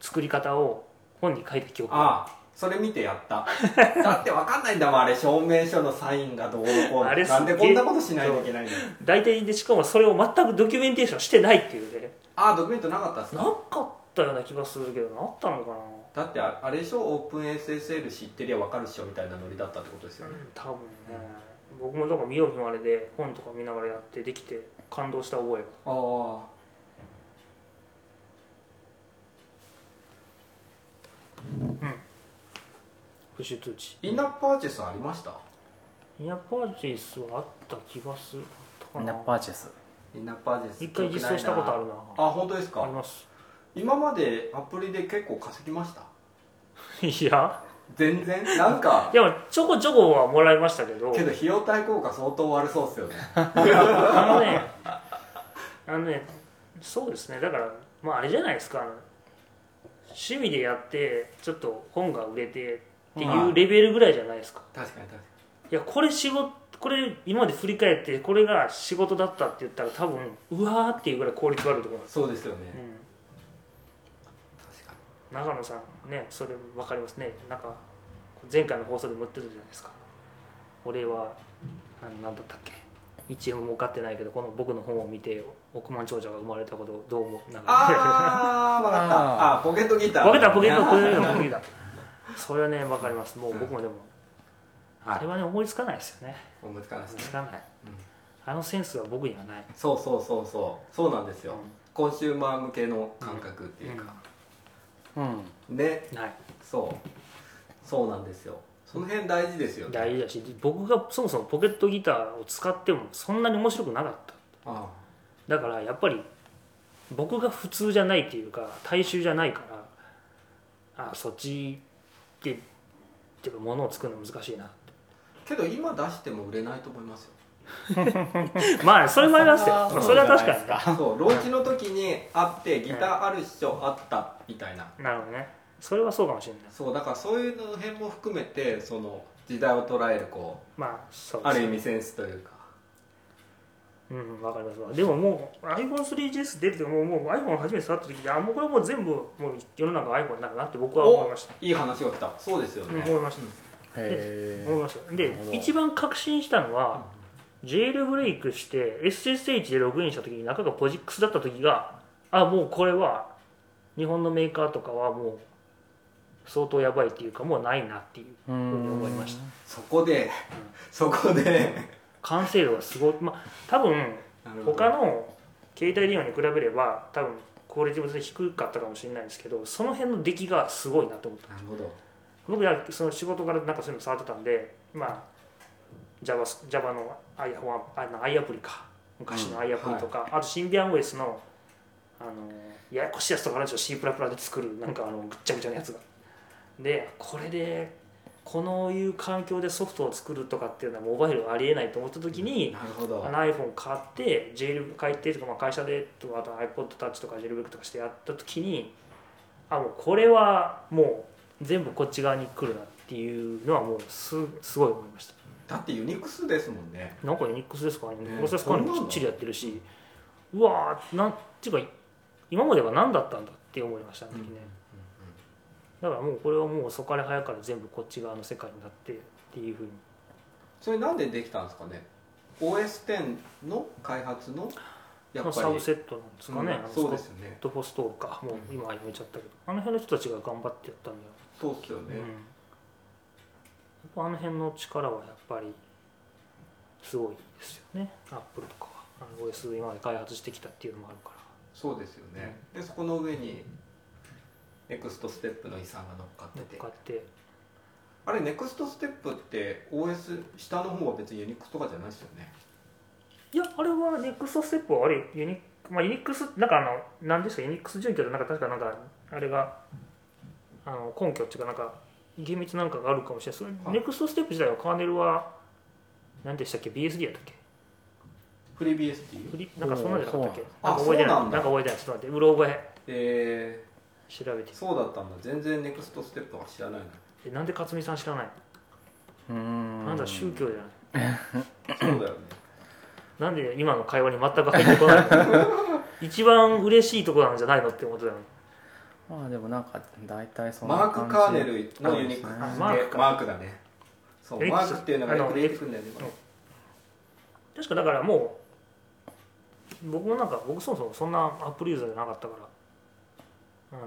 作り方を本に書いた記憶が
ああそれ見てやった だって分かんないんだもんあれ証明書のサインがどうのこう
あ
の
れ
なんです
っ
こ
げえ
んなことしないといけないの
大体でしかもそれを全くドキュメンテーションしてないっていうね
ああドキュメントなかったっす
な
か
かったような気がするけどなったのかな
だってああれでしょオープン SSL 知ってりゃ分かるっしょみたいなノリだったってことですよね、
多分ね僕もだから見よう見まれで本とか見ながらやってできて感動した覚えが
あ
プッシュ通知
あインナーパーチェスありました
イヤパーチェイスはあった気がするあ
イ
っ
ン
た
ナー
かな
パーチェス
インナーパーチェス
一回実装したことあるな
あ本当です
あ
か
ります
今までアプリで結構稼ぎました
いや
全然なん か
でもちょこちょこはもらいましたけど
けど費用対効果相当悪そうっすよね
あのねあのねそうですねだからまああれじゃないですかあの趣味でやってちょっと本が売れてっていうレベルぐらいじゃないですか、
確かに確かに
いやこれ仕事これ今まで振り返ってこれが仕事だったって言ったら多分うわーっていうぐらい効率悪いと思います、
そうですよ
う
ね
ん、
確か
長野さんねそれ分かりますねなんか前回の放送でも言ってたじゃないですか俺はあの何だったっけ一円も儲かってないけどこの僕の本を見て億万長者が生まれたことをどう思うなんか
ああ分かった
あ
あーポケットギター
ボケたボケた
あ
ボケたボケたそれはね分かりますもう僕もでもあれはね思いつかないですよね
思いつかないで
思
す
い
ね
つかな
う
い
ん
あのセンスは僕にはない
そうそうそうそうそうなんですよ、
うん
コンシューマー向けの感覚っていうか、
うん
ね
ない
そうそうなんですよその辺大事ですよね
大事だし僕がそもそもポケットギターを使ってもそんなに面白くなかった
あ
だからやっぱり僕が普通じゃないっていうか大衆じゃないからあそっちでっていうか物を作るの難しいな
けど今出しても売れないと思いますよ
まあそれもありますよ
そんな
それは確か
そうじゃない
に
そうローチの時にあってギターあるっしょあったみたいな
なるほどねそれはそうかもしれない
そうだからそういうの辺も含めてその時代を捉えるこ
まあそうう
ある意味センスというか
うんわかりますわでももう iPhone3GS 出ててもうもう iPhone 初めて触った時にあもうこれもう全部もう世の中 iPhone になるなって僕は思いました
いい話が来たそうですよ
うん
ね、
思いました
へ
思いました
な
で
るほど
一番確信したのは、ジェイルブレイクして SSH でログインした時に中がポジックスだった時があもうこれは日本のメーカーとかはもう相当やばいっていうかもうないなっていう
え
思いました
そこで、そこで
完成度がすごいまあ多分
なるほど
他の携帯電話に比べれば多分クオリティも全然低かったかもしれないんですけどその辺の出来がすごいなと思った
なるほど
僕はその仕事からなんかそういうの触ってたんでまあ Java, Java の i, あの i アプリか昔の i アプリとか、あとシンビアン OS のあのややこしいやつとかあるでしょ C++ で作るなんかあのぐっちゃぐちゃのやつがでこれでこのいう環境でソフトを作るとかっていうのはモバイルはありえないと思った時に、
なるほど
あの iPhone 買って、ジェイル買ってとか、まあ、会社でとか、あと iPod Touch とか、ジェイルブックとかしてやったときに、あ、もうこれはもう全部こっち側に来るなっていうのは、もうすすごい思いました。
だってユニクスですもんね
なんかユニックスですかね、
ね
プロセス管理もきっちりやってるし、うわー、なんていうか、今までは何だったんだって思いましたね、あの時ねだからもうこれはもうそこから早から全部こっち側の世界になってっていうふうに。
それなんでできたんですかね OS10 の開発のやっぱり
サブセットなんですかね、
うんそうですよね
スコット・フォストールかもう今やめちゃったけどあの辺の人たちが頑張ってやったんだよ、
そうっすよね、
うんやっぱあの辺の力はやっぱりすごいですよねアップルとかはあの OS 今まで開発してきたっていうのもあるから
そうですよねでそこの上にネクストステップの遺産が乗っかってて
乗っかって
あれネクストステップって OS 下の方は別にユニックスとかじゃないですよね
いやあれはネクストステップはあれユニックまあユニックスなんかあの何ですかユニックス準拠でなんか確かなんかあれがあの根拠っていうかなんか厳密なんかがあるかもしれないそれ、
はい
ネクストステップ自体はカーネルは何でしたっけ BSD やったっけ
フリー BSD
フリなんかそんなんじゃなかったっけ
おー
なんか覚えてない
あそうな
な
んん
か
だ
覚えてないちょっと待ってうろ覚え
え
調べて
ー、そうだったんだ全然ネクストステップは知らない
えなんで克実さん知らない
うん
なんだ宗教じゃない
なそうだよね
なんで今の会話に全く入ってこない の一番嬉しいところなんじゃないのって思ってたのに
まあでもなんか大体そんな
マーク・カーネ
感
ルのユニックス
そうです
ねマークか
マークだねそう
エリ
マ
ク
ー
ソン
クっていうのがよく出てくるんだよね
あの確かだからもう僕もなんか僕そもそもそんなアップルユーザーじゃなかったからあの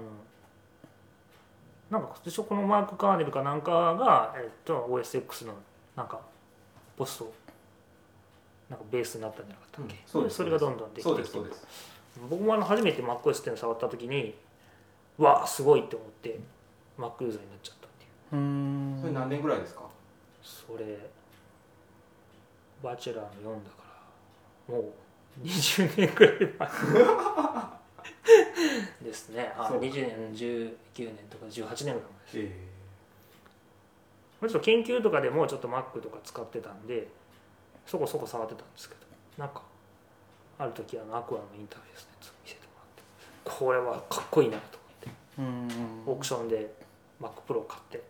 なんか最初このマーク・カーネルかなんかが、えっと、OSX のなんかボスをなんかベースになったんじゃなかったっけ、
うんそうです
それがどんどんでき
そう
て
で
き
す
て
そうです
僕もあの初めて MacOS っていうの触った時にうわあすごいって思って Mac ユーザーになっちゃったっていう
じうん
それ何年ぐらいですか
それバチェラーの読んだからもう20年くらい前ですねあ
そうか
20年19年とか18年ぐらい前です
え
もうちょっと研究とかでもちょっと Mac とか使ってたんでそこそこ触ってたんですけどなんかある時あのアクアのインターフェースのやつを見せてもらってこれはかっこいいなと
うん
オークションで MacPro 買って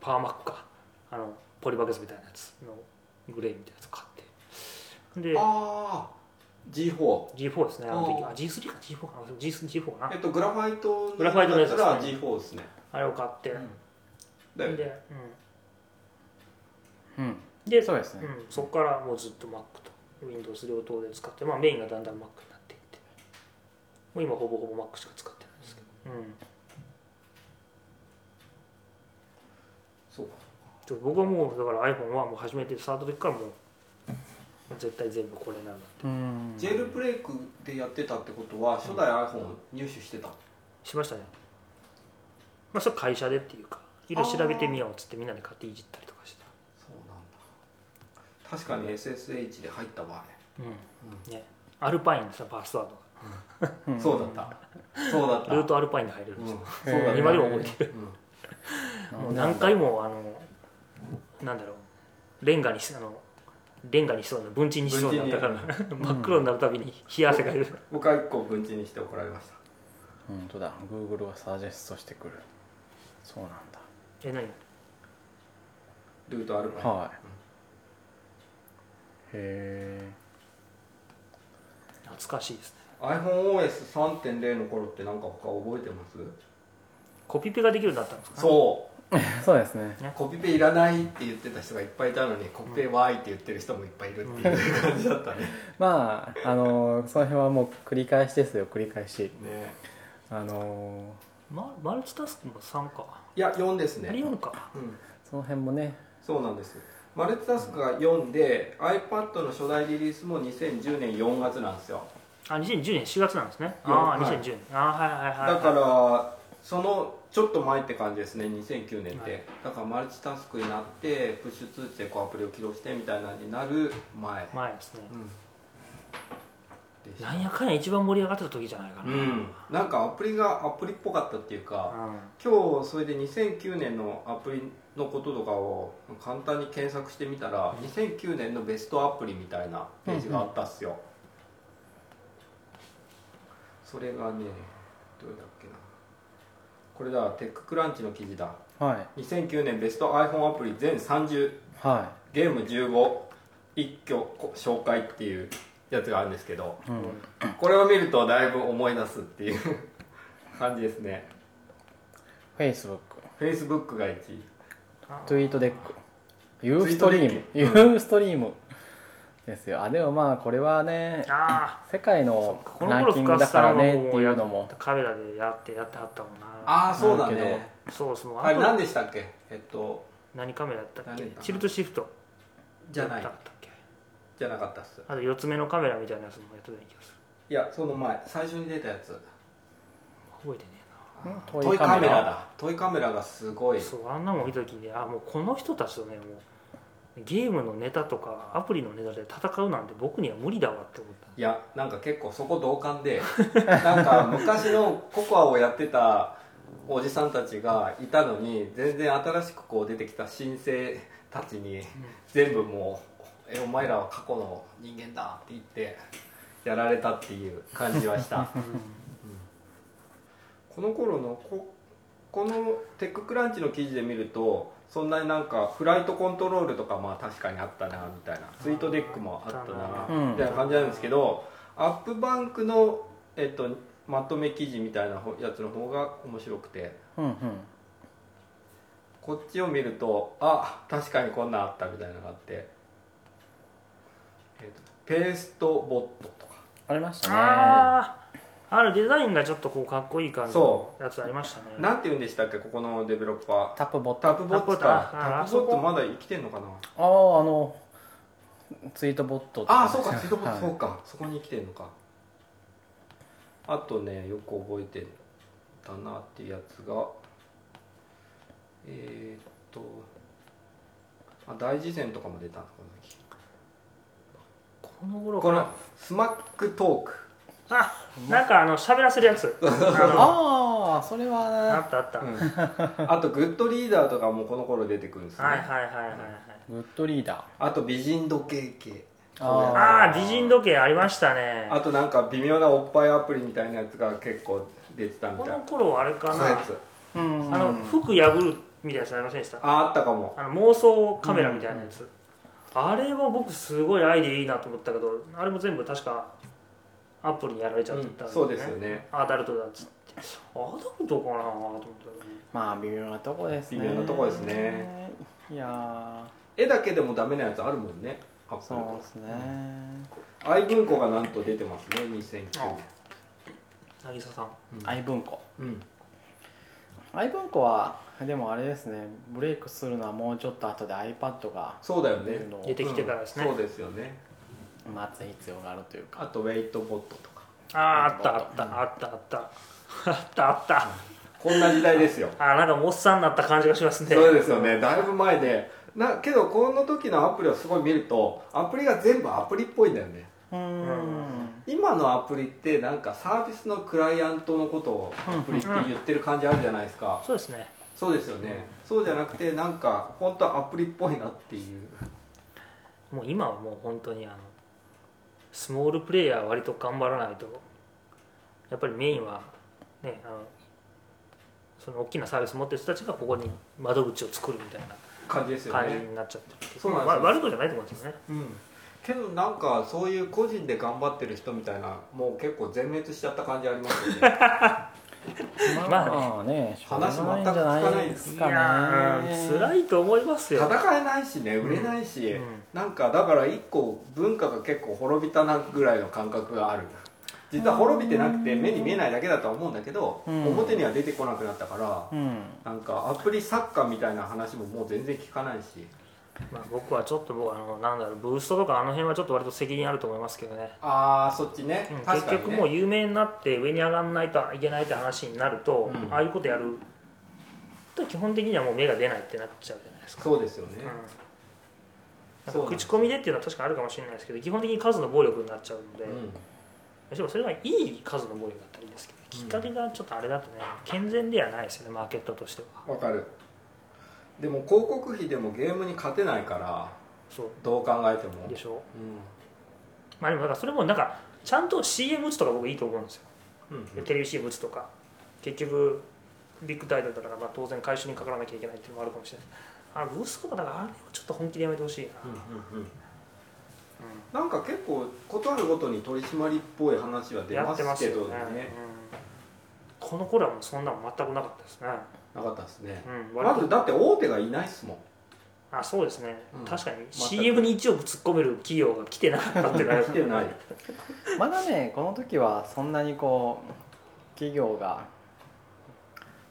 パワーマックかあのポリバケツみたいなやつのグレーみたいなやつ買ってで
ああ G4
G4 ですねあの時
お
あ G3 か G4 かな G- G4 かな
えっとグラファイト
グラファイトのやつ
だったら G4 ですね
あれを買って、
だよね
で,、
うん
うん、で
そうですね
うん、そこからもうずっと Mac と Windows 両方で使って、まあ、メインがだんだん Mac になっていってもう今ほぼほぼ Mac しか使ってないんですけど、うん、
そうか
ちょっと僕はもうだから iPhone はもう初めてスタートの時からもう絶対全部これなの
うん
ジェルブレイクでやってたってことは初代 iPhone 入手してたの
しましたねまあそれ会社でっていうかいろいろ調べてみようっつってみんなで買っていじったりとかして
そうなんだ確かに SSH で入ったわあれ、
た、ねアルパインでさパスワー
うん
そうだったそうだっ
ド
た
がルートアルパインで入れるん
うん
ですよ、
そうだった
今でも覚えてる
うん
もう何回もあのなんだろうレンガにしあのレンガにしそうな文鎮にしそうになったから真っ黒になるたびに冷や汗が出る、
僕は1個分置にして怒られました
本当だ Google がサジェストしてくるそうなんだ
え何
ルートアルファ
はい、へ
懐かしいですね
iPhoneOS3.0 の頃ってなんか他覚えてます
コピペができるようになったんですか
そ
えそうですね
うコピペいらないって言ってた人がいっぱいいたのにコピペわーいって言ってる人もいっぱいいるっていう感じだったね
まああのーその辺はもう繰り返しですよ繰り返し
ね
あの
ママルチタスクの3か
いや4ですね
4か
うん
ーその辺もね
そうなんですマルチタスクが4で iPad の初代リリースも2010年4月なんですよ
あ2010年4月なんですね
うん
ああ
はい
2010年ああはいはいはい
だからそのちょっと前って感じですね2009年って、
はい
だからマルチタスクになってプッシュ通知でこうアプリを起動してみたいなのになる前、
前ですね
うんでした
なんやかんや一番盛り上がってた時じゃないかな
うんなんかアプリがアプリっぽかったっていうか、今日それで2009年のアプリのこととかを簡単に検索してみたら、2009年のベストアプリみたいなページがあったっすよ、それがねどれだっけなこれだテッククランチの記事だ
は
2009年ベスト iPhone アプリ全30
いは
ゲーム15一挙こ紹介っていうやつがあるんですけど
い、うん
これを見るとだいぶ思い出すっていう 感じですね
Facebook
Facebook が1位
ツイートデックユーストリーム
ツイ
ユ
ートデック
ーストリームですよあでもまあこれはね
ああ
世界
そ
の
っかこ
ラ
の
ン
頃
キン
深
グ
津
だか
さ
ら
んは
ね
も
って
う
い
や
う
っ
のも
カメラでやってやってはったもんな
ああそうだ
なるけ
ね
そうそう
あれ
と
何でしたっけえっと
何カメラやったっけ
何だ
チルトシフト
じゃない
やったっけ
じゃなかったっす
あと4つ目のカメラみたいなやつもやってたような気がする
いやその前最初に出たやつ
覚えてね
ん
トイカメラだトイカメラがすご
え
い
なそうあんなもん見た時にあもうこの人たちとねもうゲームのネタとかアプリのネタで戦うなんて僕には無理だわって思った
いやなんか結構そこ同感で なんか昔のココアをやってたおじさんたちがいたのに全然新しくこう出てきた新生たちに全部もう「えお前らは過去の人間だ」って言ってやられたっていう感じはした この頃のここのテッククランチの記事で見るとそんなになんかフライトコントロールとかまあ確かにあったなみたいなツイートデックもあったな
うん
みたいな感じなんですけど、アップバンクの、えっと、まとめ記事みたいなほやつの方が面白くて
うんうん
こっちを見るとあ確かにこんなんあったみたいなのがあって、えっと、ペーストボットとか
ありましたね
あああるデザインがちょっとこうかっこいい感じの
そ
やつありましたね
なんて言うんでしたっけここのデベロッパー
タップボタン
タップボットか
タ
タ
ッ
ッ
プ
プ
ボ
ボ
ッ
ッ
トああ
トまだ生きてんのかな
あああのツイートボットと
ああそうかツイートボッ
はい
トそうかそこに生きてんのかあとねよく覚えてたなっていうやつがえー、っとあ大事線とかも出たのこの時
この頃
こ
か
の
な
スマックトー ク
あなんかあの喋らせるや つあの
ああそれ
あ
は
ったあった、はい
あとグッドリーダーとかもこの頃出てくるんですね、
はいはいはいはい
グッドリーダ
あと美人時計系
あ
ああ美人時計ありましたね
あとなんか微妙なおっぱいアプリみたいなやつが結構出てたみ
こ
たい
の
な
頃はあれか
そういうや
な
つ
ーうん
あの服破るみたいなやつありませんでした
ああったかも
あの妄想カメラみたいなやつ、あれは僕すごいアイディアいいなと思ったけどあれも全部確かアップルにやられちゃってたん
うんそうですよね
アダルトだっつってアダルトかなと思ったけどね
まあ微妙なとこですね
微妙なとこですね
いやー
絵だけでもダメなやつあるもんねアップル
そう
と
ですね、
愛文庫がなんと出てますね2009年
渚さん
愛文庫
うん
iPhone 子はでもあれですねブレイクするのはもうちょっと後で iPad が
そうだよ
出
ね
るのを
出てきてからですね
うんそうですよね
待つ必要があるというか
あとウェイトボットとか
あーあったあったあったあったあったあった
こんな時代 ですよ
あーなんかもうおっさんになった感じがしますね
そうですよねだいぶ前でなけどこの時のアプリをすごい見るとアプリが全部アプリっぽいんだよね
うーん
今のアプリってなんかサービスのクライアントのことをアプリって言ってる感じあるじゃないですか
そうですね
そうですよねそうじゃなくてなんか本当アプリっぽいなっていう
もう今はもう本当にあのスモールプレイヤーは割と頑張らないとやっぱりメインはねあのその大きなサービス持ってる人たちがここに窓口を作るみたいな
感じですよ
感じ
ね
になっちゃってる
そうなんです
まあ
よ
悪いことじゃないと思うんですよね
うんけどなんかそういう個人で頑張ってる人みたいなもう結構全滅しちゃった感じありますよ ね
まあねしょうがないんじゃないですか
いや
ね
ー辛いと思いますよ
戦えないしね売れないし、
うん
なんかだから一個文化が結構滅びたなぐらいの感覚がある実は滅びてなくて目に見えないだけだとは思うんだけど、
うん
表には出てこなくなったから、
うん
なんかアプリ作家みたいな話ももう全然聞かないし
まあ、僕はちょっと僕あのなんだろうブーストとかあの辺はちょっと割と責任あると思いますけどね
ああそっちね、
うん
確
結
かに、ね、
局もう有名になって上に上がらないといけないって話になると、
うん
ああいうことやると基本的にはもう芽が出ないってなっちゃうじゃないですか,、
そうですよね、
うん、
そうな
な
んん
か
です
口コミでっていうのは確かあるかもしれないですけど基本的に数の暴力になっちゃうので、
うん
むしろそれがいい数の暴力だったらいいですけどきっかけがちょっとあれだとね健全ではないですよねマーケットとしては
わかるでも広告費でもゲームに勝てないから
そう
どう考えても
でしょ
う
まあでもなんかそれもなんかちゃんと CM 打つとか僕いいと思うんですよ
んうん
テレビ CM 打つとか結局ビッグタイトルだからまあ当然回収にかからなきゃいけないっていうのもあるかもしれないあブースとかだからあれはちょっと本気でやめてほしいな、
うんうんうんなんか結構事あるごとに取り締まりっぽい話は出
や
ま
ってますす
け
よ
ど
ね
ね
うんこの頃はもうそんなの全くなかったですね、
なかったですね
うん、割
ま
と
ずだって大手がいないっすもん
あそうですね、
うん
確かに
全く
CM に1億突っ込める企業が来てなかったっていうの は
来てない
まだねこの時はそんなにこう企業が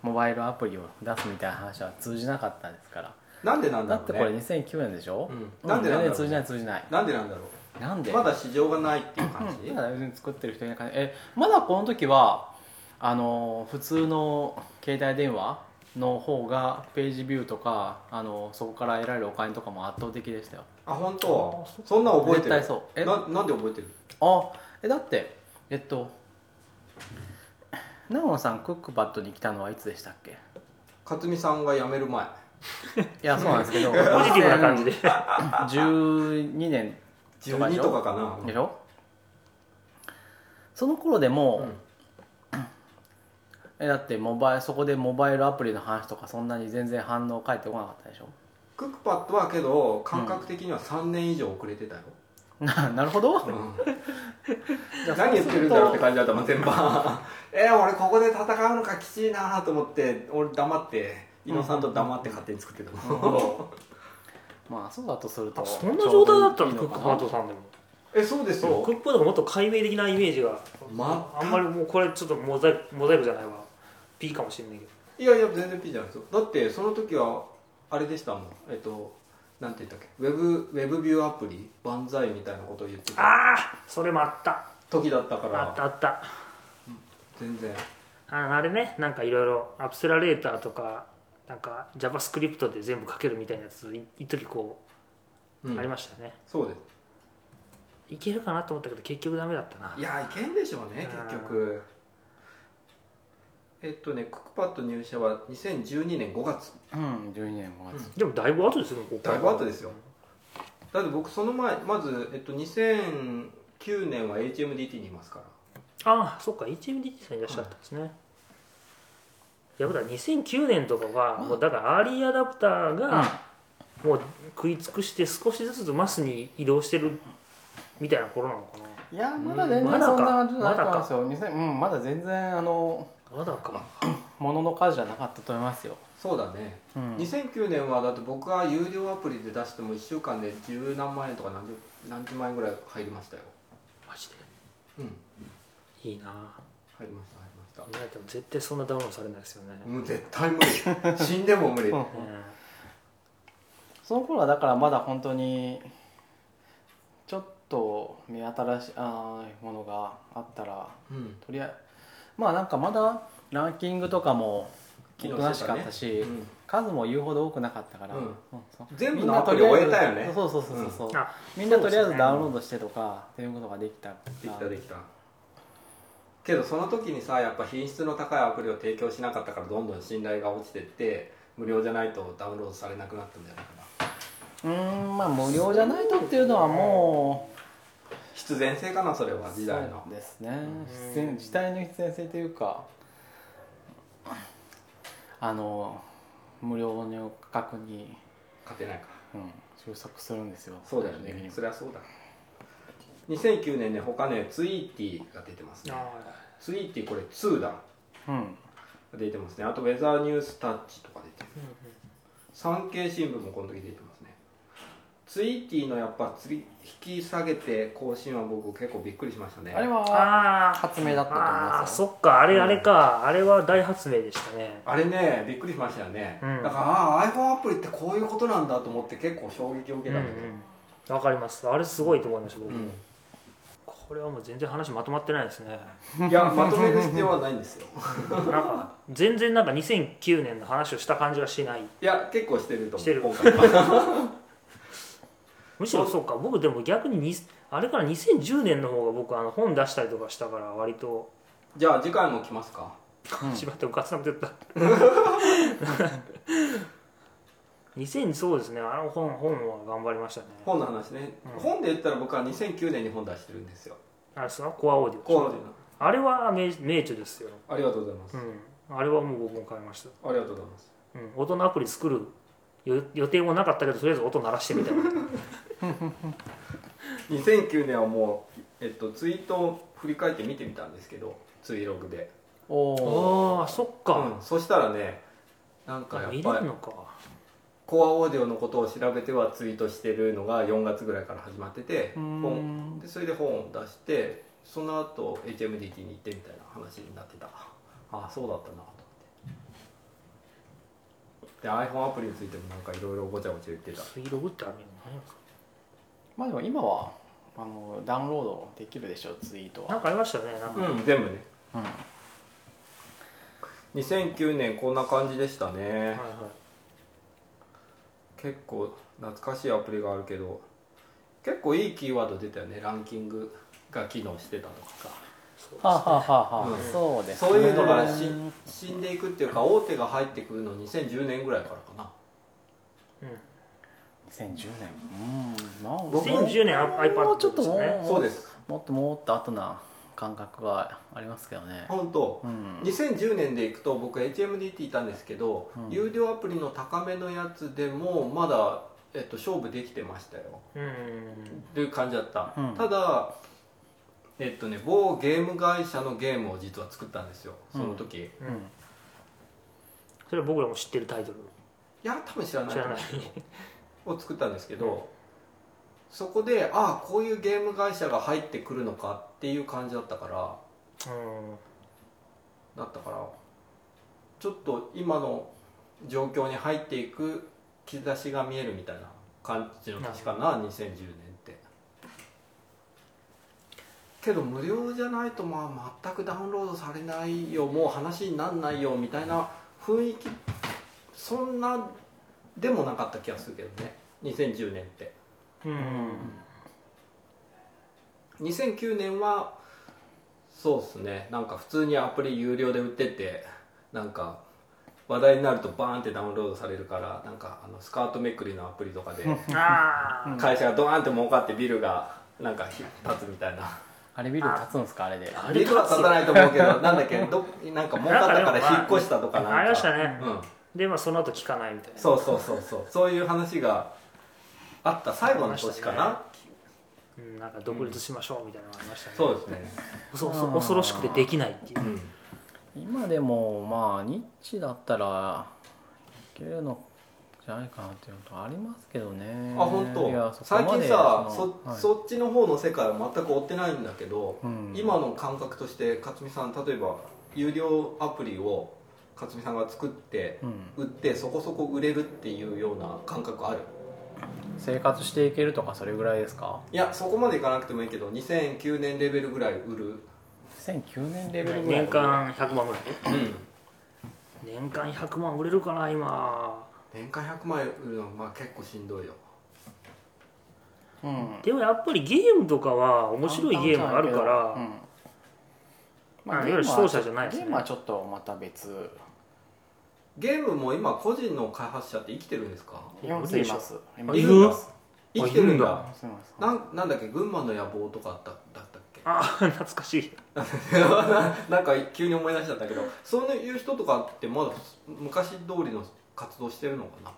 モバイルアプリを出すみたいな話は通じなかったですから
なんでなんだろ
だっ
う
て
ね
これ2009年でしょ、
うんなんでなんだろうね
全然通じない通じない
なんでなんだろ
なんで
うまだ市場がないっていう感
う
じ
ん、まだ別に作ってる人いないからえまだこの時はあの普通の携帯電話の方がページビューとかあのそこから得られるお金とかも圧倒的でしたよ
あ本当
あそっか
そんなん覚えて
絶
る
対そうえ
ななんで覚えてる
あえだってえっと長野さんクックパッドに来たのはいつでしたっけい
勝美さんが辞める前
やそうなんですけどポ
ポジティブな感じで
12年とかで
12
しょ
とかかな
でしょその頃でも、えだってモバイそこでモバイルアプリの話とかそんなに全然反応返ってこなかったでしょ
クックパッドはけど感覚的には3年以上遅れてたよ
ななるほど
うん何言ってるんだろうって感じだったもん全般 えー俺ここで戦うのかきちいなと思って俺黙って伊野さんと黙って勝手に作ってたもん
まあそうだとすると
あそんな状態だったの
ちょうどいい
ク
か
ック
な
パートさんでも
えそうです
そう
よ
クックパートがもっと解明的なイメージが、
ま
あんまりもうこれちょっとモザイクモザイクじゃないわ P かもしれないけど
いやいや全然ピーじゃないですよだってその時はあれでしたもんえっとなんて言ったっけウェブウェブビューアプリ万歳みたいなことを言ってた
ああそれもあった
時だったか
あっ
ら
たあった
全然
ああれねなんかいろいろアプセラレーターとかなんか JavaScript で全部書けるみたいなやつい一時こ
う
う、あり
ん
ましたよね
そうです
いけるかなと思ったけど結局ダメだったない
やいけんでしょうね結局えっとねクックパッド入社は2012年5月
うん12年5月、
でもだいぶ後ですよねここ
だいぶ後ですよだって僕その前まず、えっと、2009年は HMDT にいますから
ああそっか HMDT さんいらっしゃったんですね、いや僕だから2009年とかは、もうだからアーリーアダプターがもう食い尽くして少しずつマスに移動してるみたいな頃なのか
いやまだ全
ま
然
だか
そんな感じじゃないと思いますよ、2000うん、まだ全然あの
なまだか
ものの数じゃなかったと思いますよ、
そうだね、
うん、
2009年はだって僕が有料アプリで出しても1週間で十何万円とか何十何十万円ぐらい入りましたよ
マジ
うん
でいいな
入りました入りましした
見られても絶対そんなダウンロードされないですよね、
もう絶対無理死んでも無理
うん
うん
その頃はだからまだ本当にちょっと目新しいあーものがあったら
うん
とりあえずまあなんかまだランキングとかもおとなしかったし、
うん
数も言うほど多くなかったから、
うん
そう
全部の
みんな
アプリ
とりあえず
終えたよね
そうそうそうそうそう、
あ
みんなとりあえずダウンロードしてとかっていうことができたから
できたできたけどその時にさやっぱ品質の高いアプリを提供しなかったからどんどん信頼が落ちてって無料じゃないとダウンロードされなくなったんじゃないかな
うーんまあ無料じゃないとっていうのはも
必然性かなそれは
う
時代の
そうですね必然時代の必然性というかあの無料の価格に、
勝てないか
うん、収束するんですよ
そうだよ
最終的
ね
に
そりゃそうだ2009年ね他ねツイーティーが出てますね
あ
ツイーティーこれ2だ
うん
出てますねあとウェザーニュースタッチとか出てる
ーうんうん
産経新聞もこの時出てますねツイーティーのやっぱつり引き下げて更新は僕結構びっくりしましたね
あれは
あー
発明だったと思い
あ
ま
ー
す
そ
よ
っかあれ
うん
あれか、あれは大発明でしたね
あれねびっくりしましたよね、
うん
だからああ iPhone アプリってこういうことなんだと思って結構衝撃を受
う
け
んう
た
ん
んだけど
わかりますあれすごいと思いました
う
僕、
ん
これはもう全然話まとまってないです ね
いやまとめる必要はないんです よ
なんか全然なんか2009年の話をした感じがしない
いや結構してると思う
してる
今回は
むしろそうか僕でも逆ににあれから2010年の方が僕あの本出したりとかしたから割と
じゃあ次回も来ますか
うん
しまってうかつなくてった2000そうですねあの本本は頑張りましたね
本の話ね、
うん
本で言ったら僕は2009年に本出してるんですよ
あれそのコアオーディオ
こういうの
あれは名名著ですよ、
ありがとうございます、
うん、あれはもう僕も買いました、
ありがとうございます
うん、音のアプリ作るよ予定もなかったけどとりあえず音鳴らしてみたいな
2009年はもう、えっと、ツイートを振り返って見てみたんですけどツイログで、
おー
ああそっか、
うん、そしたらねなんかやっ
見れ
ぱ
る
り
のか
コアオーディオのことを調べてはツイートしてるのが4月ぐらいから始まってて
うー
本
ん
でそれで本を出してその後 HMDT に行ってみたいな話になってたああそうだったなと思ってで iPhone アプリについてもなんかいろいろごちゃごちゃ言ってた
水ログってあるよね何や
まあでも今はあのダウンロードできるでしょツイート
ろなん
は、
かありましたよねなんか、
うん全部ね
うん、
2009年こんな感じでしたね、
はいはい
結構懐かしいアプリがあるけど結構いいキーワード出たよねランキングが機能してたとかさ
そう
はあ、はあはあはあ
うん
そうですね
そういうのが
う
し
ん
死んでいくっていうか大手が入ってくるの2010年ぐらいからかな
う
2010年うんまあ
僕
ん、2010年ア iPad
もうちょっと
です
も
ね
そうです
もっともっと後な感覚がありますけどね
本当
うん
2010年でいくと僕 HMDT いたんですけど、
うん
有料アプリの高めのやつでもまだ、えっと、勝負できてましたよ
うん
っていう感じだった、
うん
ただえっとね某ゲーム会社のゲームを実は作ったんですよその時、い
うんそれは僕らも知ってるタイトル
や多分知らない
知らない
を作ったんですけど、そこでああこういうゲーム会社が入ってくるのかっていう感じだったから
うん
だったからちょっと今の状況に入っていく兆しが見えるみたいな感じの年かな2010年ってけど無料じゃないとまあ全くダウンロードされないよもう話になんないよみたいな雰囲気そんなでもなかった気がするけどね2010年って
うん、
2009年はそうですねなんか普通にアプリ有料で売っててなんか話題になるとバーンってダウンロードされるからなんかあのスカートめくりのアプリとかで
ああ、
会社がドーンって儲かってビルがなんか立つみたいな
あれビル立つんですかあれで
あれ
ビルは立たないと思うけどなんだっけどなんか儲かったから引っ越したとか
あ
な
り
ん
ました
か
ね、
うん
でまあその後聞かないみたいな
そうそうそうそうそういう話があった最後の年かな
う、ん、なんか独立しましょうみたいなのがありましたね、
そうですね
そうそう恐ろしくてできないっていう、
うん
今でもまあニッチだったらいけるのじゃないかなっていうのとありますけどね
あ本
いや
当
そこ
最
ま
近
で
さ
の
そ,、
はい
そっちの方の世界は全く追ってないんだけど、
うん
今の感覚として勝美さん例えば有料アプリを勝美さんが作って
う
売
ん、
ってそこそこ売れるっていうような感覚ある
生活していけるとかそれぐらいですか
いやそこまでいかなくてもいいけど2009年レベルぐらい売る
2009年レベルぐらい
年間100万ぐらい
うん
年間100万売れるかな今
年間100万円売るのまあ結構しんどいよ
うん
でもやっぱりゲームとかは面白いゲームがあるから、
うん
ま
ゲームはい
あわゆる視聴者じゃないですね
ゲームはちょっとまた別
ゲームも今個人の開発者って生きてるんですか
いや
いま
無理
す
で
い
しょ
ます
あ
いる
います
生きてるん
あいるん
だ
います
なんなんだっけ群馬の野望とかあっただったっけ
ああ懐かしい
なんか急に思い出しちゃったけどそういう人とかってまだ昔通りの活動してるのかな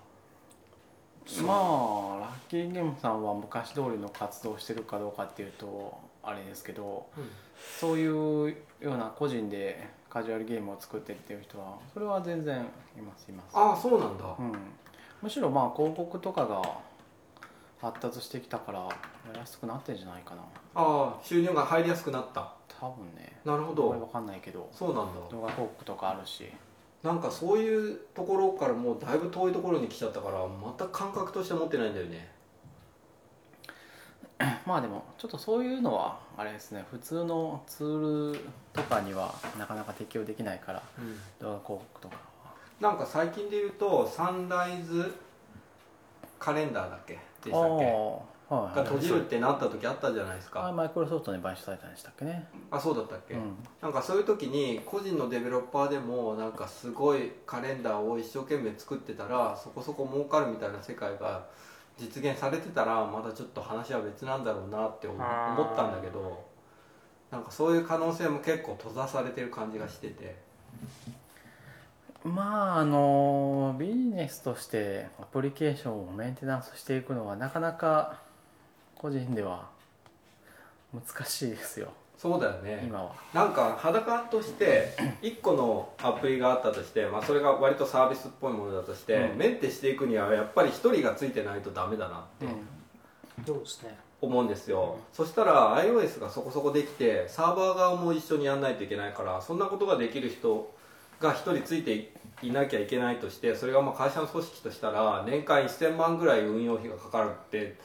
まあラッキーゲームさんは昔通りの活動をしてるかどうかっていうとあれですけど、
うん
そういうような個人でカジュアルゲームを作ってっていう人はそれは全然いますいます、
ああそうなんだ、
うん、むしろまあ広告とかが発達してきたからやりやすくなってんじゃないかな
ああ収入が入りやすくなった
多分ね
なるほ
これ
ど
わかんないけど
そうなんだ
動画広告とかあるし
なんかそういうところからもうだいぶ遠いところに来ちゃったから全く感覚として持ってないんだよね
まあでもちょっとそういうのはあれですね普通のツールとかにはなかなか適用できないから
うん
動画広告とか
なんか最近で言うとサンライズカレンダーだっけでしたっけ
はあはい
が
はい
閉じるってなった時あったじゃないです
あ
か
マイクロソフトに買収されたんでしたっけね、
あそうだったっけ、
うん、
なんかそういう時に個人のデベロッパーでもなんかすごいカレンダーを一生懸命作ってたらそこそこ儲かるみたいな世界が実現されてたらまだちょっと話は別なんだろうなって思
あー
思ったんだけどなんかそういう可能性も結構閉ざされてる感じがしてて
まああのビジネスとしてアプリケーションをメンテナンスしていくのはなかなか個人では難しいですよ
そうだよね
今は
なんか肌感として1個のアプリがあったとして、まあ、それが割とサービスっぽいものだとして、
うん
メンテしていくにはやっぱり1人がついてないとダメだなって
そうですね
思うんですよ、そしたら iOS がそこそこできてサーバー側も一緒にやんないといけないからそんなことができる人が1人ついていなきゃいけないとしてそれがまあ会社の組織としたら年間1000万ぐらい運用費がかかるって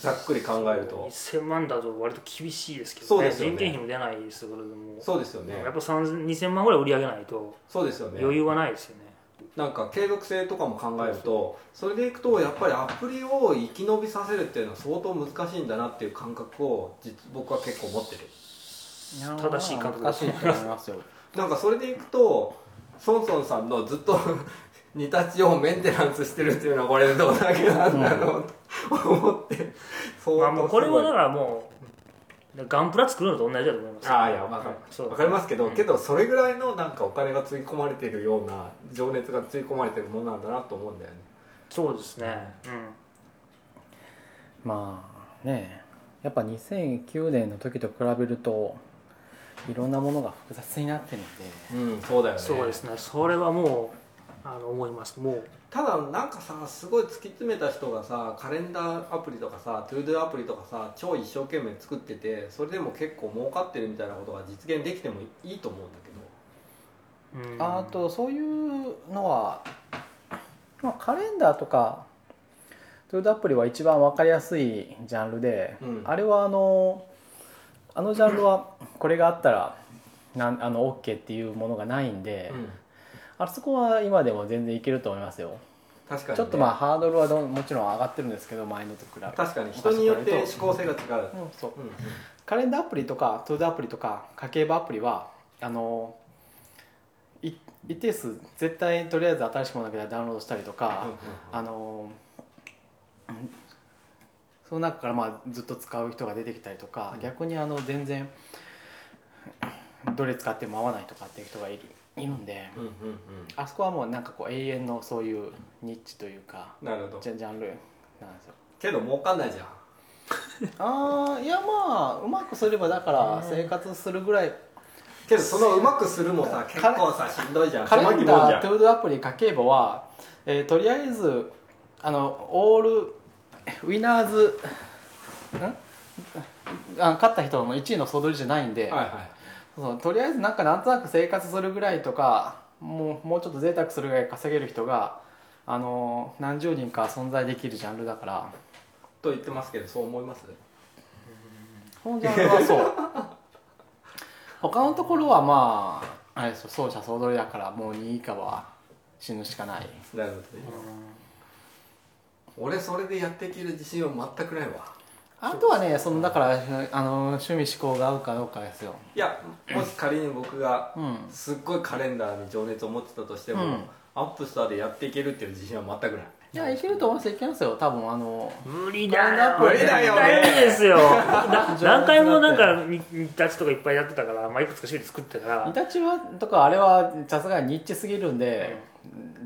ざっくり考えると
1000万だと割と厳しいですけど、ね、
そうですよね
人件費も出ないですけれども
そうですよね
やっぱ3000 2000万ぐらい売り上げないと
そうですよね
余裕はないですよね
なんか継続性とかも考えるとそれでいくとやっぱりアプリを生き延びさせるっていうのは相当難しいんだなっていう感覚を実僕は結構持ってる
正しい感覚
難しいと思いますよ
なんかそれでいくとソンソンさんのずっと 煮立ちをメンテナンスしてるっていうのはこれどうだけなんだろうと思って相
まあもうこれはだ
す
からもうガンプラ作るのと同じだと思います
ごいああいやわかる
そう
わかりますけど、
うん
けどそれぐらいのなんかお金がつぎ込まれてるような情熱がつぎ込まれてるものなんだなと思うんだよね
そうですねうん
まあねやっぱ2009年の時と比べるといろんなものが複雑になってるので
うんそうだよね
そうですねそれはもうあの思いますもう
ただなんかさすごい突き詰めた人がさカレンダーアプリとかさトゥードゥアプリとかさ超一生懸命作っててそれでも結構儲かってるみたいなことが実現できてもいいと思うんだけど
うん
あとそういうのは、まあ、カレンダーとかトゥードアプリは一番分かりやすいジャンルで、
うん
あれはあのあのジャンルはこれがあったらなんあの OK っていうものがないんで、あそこは今でも全然いけると思いますよ、
確かに、ね、
ちょっとまあハードルはどんもちろん上がってるんですけど前のと比べて、
確かに人によって思考性が違う、
うんそう
うん
カレンダーアプリとかトゥードアプリとか家計簿アプリはあのい一定数絶対とりあえず新しくものだけでダウンロードしたりとか、あのうんその中からまあずっと使う人が出てきたりとか、
うん
逆にあの全然どれ使っても合わないとかっていう人がいるいるんで、
うんうんうんうん
あそこはもうなんかこう永遠のそういうニッチというか
なるほど
ジャジャンルなんですよ。
けど儲かんないじゃん
あーいやまあうまくすればだから生活するぐらい
けどそのうまくするも さ結構さしんどいじゃん
カレン
狭き門じ
ダ
ゃ
ー、
ん
トゥードアプリ、家計簿は、えーとりあえず、あの、オール、ウィナーズ、んあ勝った人の1位の総取りじゃないんで、
はいは
そうとりあえずなんかなんとなく生活するぐらいとかもうもうちょっと贅沢するぐらい稼げる人があの何十人か存在できるジャンルだから
と言ってますけどそう思います
このジャンルはそう 他のところはまああれですよ走者総取りだからもう2位以下は死ぬしかない
なるほど俺それでやっていける自信は全くないわ
あとはねそのだからあの趣味思考が合うかどうかですよ
いやもし仮に僕が
うん
すっごいカレンダーに情熱を持ってたとしても、
うん
アップスターでやっていけるっていう自信は全くない
いやいけると思いますよいけますよ多分あの
無理だよ
無理だよね
無理ですよな何回もなんかニニタッチとかいっぱいやってたから、まあ、いくつか種類作ってたから
イタチはとかあれはさすがにニッチすぎるんで、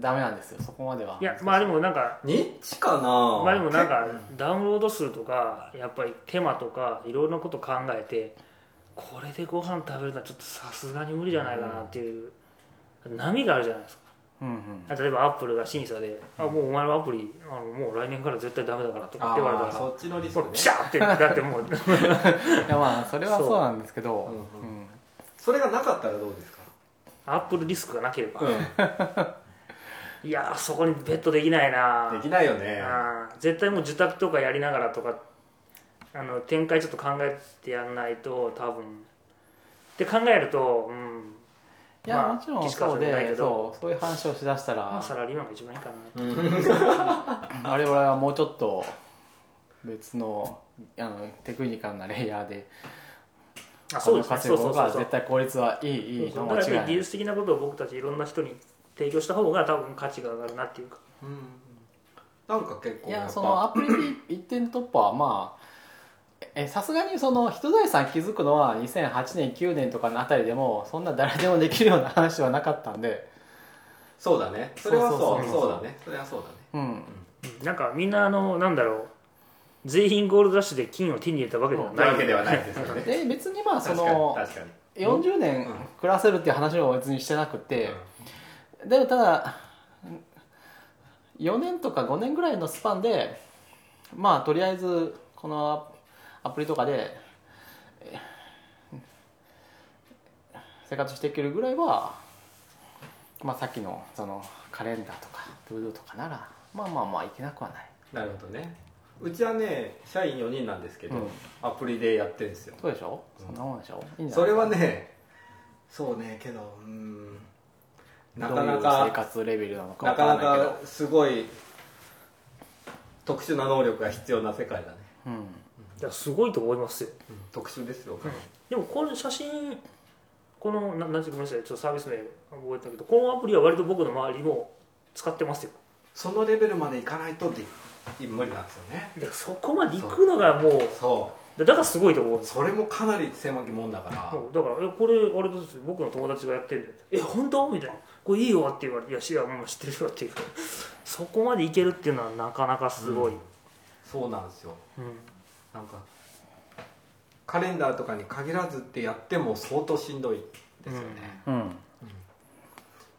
ダメなんですよそこまではい
やまあでもなんか
ニッチかな
まあでもなんかダウンロード数とかやっぱり手間とかいろんなこと考えてこれでご飯食べるのはちょっとさすがに無理じゃないかなっていう波があるじゃないですか
うんうん
例えばアップルが審査で「あもうお前のアプリあのもう来年から絶対ダメだから」とかっ
あ
て言われた
ー
ら
そっちのリスク
もう
ね
ピシャーってだってもう
いやまあそれはそうなんですけど
そう
う
うん
ん
それがなかったらどうですか
アップルリスクがなければ
う
いやーそこにベットできないなん
できないよね
あー絶対もう受託とかやりながらとかあの展開ちょっと考えてやんないと多分って考えるとうん
いや、
まあ
もちろん
岸川
そう
さんじゃないけ
で
ど
そうそういう話をしだした
まあ
ら
サラリーマンが一番いいかな
我々はもうちょっと別のあのテクニカルなレイヤーで
あそうですね
稼
そう
ぐ
そ
方
うそう
が
そう
絶対効率はいいいい
だ
の
か
間
らやっぱ
違いない
り技術的なことを僕たちいろんな人に提供した方が多分価値が上がるなっていうか
うんなんか結構
い
やっ
や
ぱ
そのアプリで一点突破はまあえさすがにその人財産気づくのは2008年9年とかのあたりでもそんな誰でもできるような話はなかったんで
そうだねそれはそう
そうそう
そ
そうう
だねそれはそうだね
うん
うんなんかみんなあのなんだろう全員ゴールドラッシュで金を手に入れたわけでは
な
ない
わけではないですよね
で別 にまあそ
確かに
の
確かに
40年
うん
暮らせるっていう話も別にしてなくて、でもただ4年とか5年ぐらいのスパンでまあとりあえずこのアプリとかでえー生活していけるぐらいは、まあ、さっきのそのカレンダーとかドゥードゥとかならまあまあまあいけなくはない、
なるほどねうちはね社員4人なんですけど、
うん
アプリでやってるんですよ
そうでしょそんなもんでしょいいんじゃな
そ
い
れはねそうねけどうんなかな
どういう生
か
活レベルなのか
な
わ
か
か
な
らないけど
かすごい特殊な能力が必要な世界だね、
うん
いやすごいと思いますよ
特殊ですよ、かなり
でもこの写真このななんてごめんなさいちょっとサービス名覚えてたけどこのアプリは割と僕の周りも使ってますよ
そのレベルまでいかないとで無理なんですよね
だからそこまで行くのがもう
そ
だだからすごいと思うん
う
です
それもかなり狭きもんだか
も
ら
うだからえこれあれです僕の友達がやってるんで「え本当?」みたいな「これいいよ」って言われて「いや知らんもう知ってるよ」っていうそこまで行けるっていうのはなかなかすごい、
そうなんですよ
うん
なんかカレンダーとかに限らずってやっても相当しんどいですよね、
うん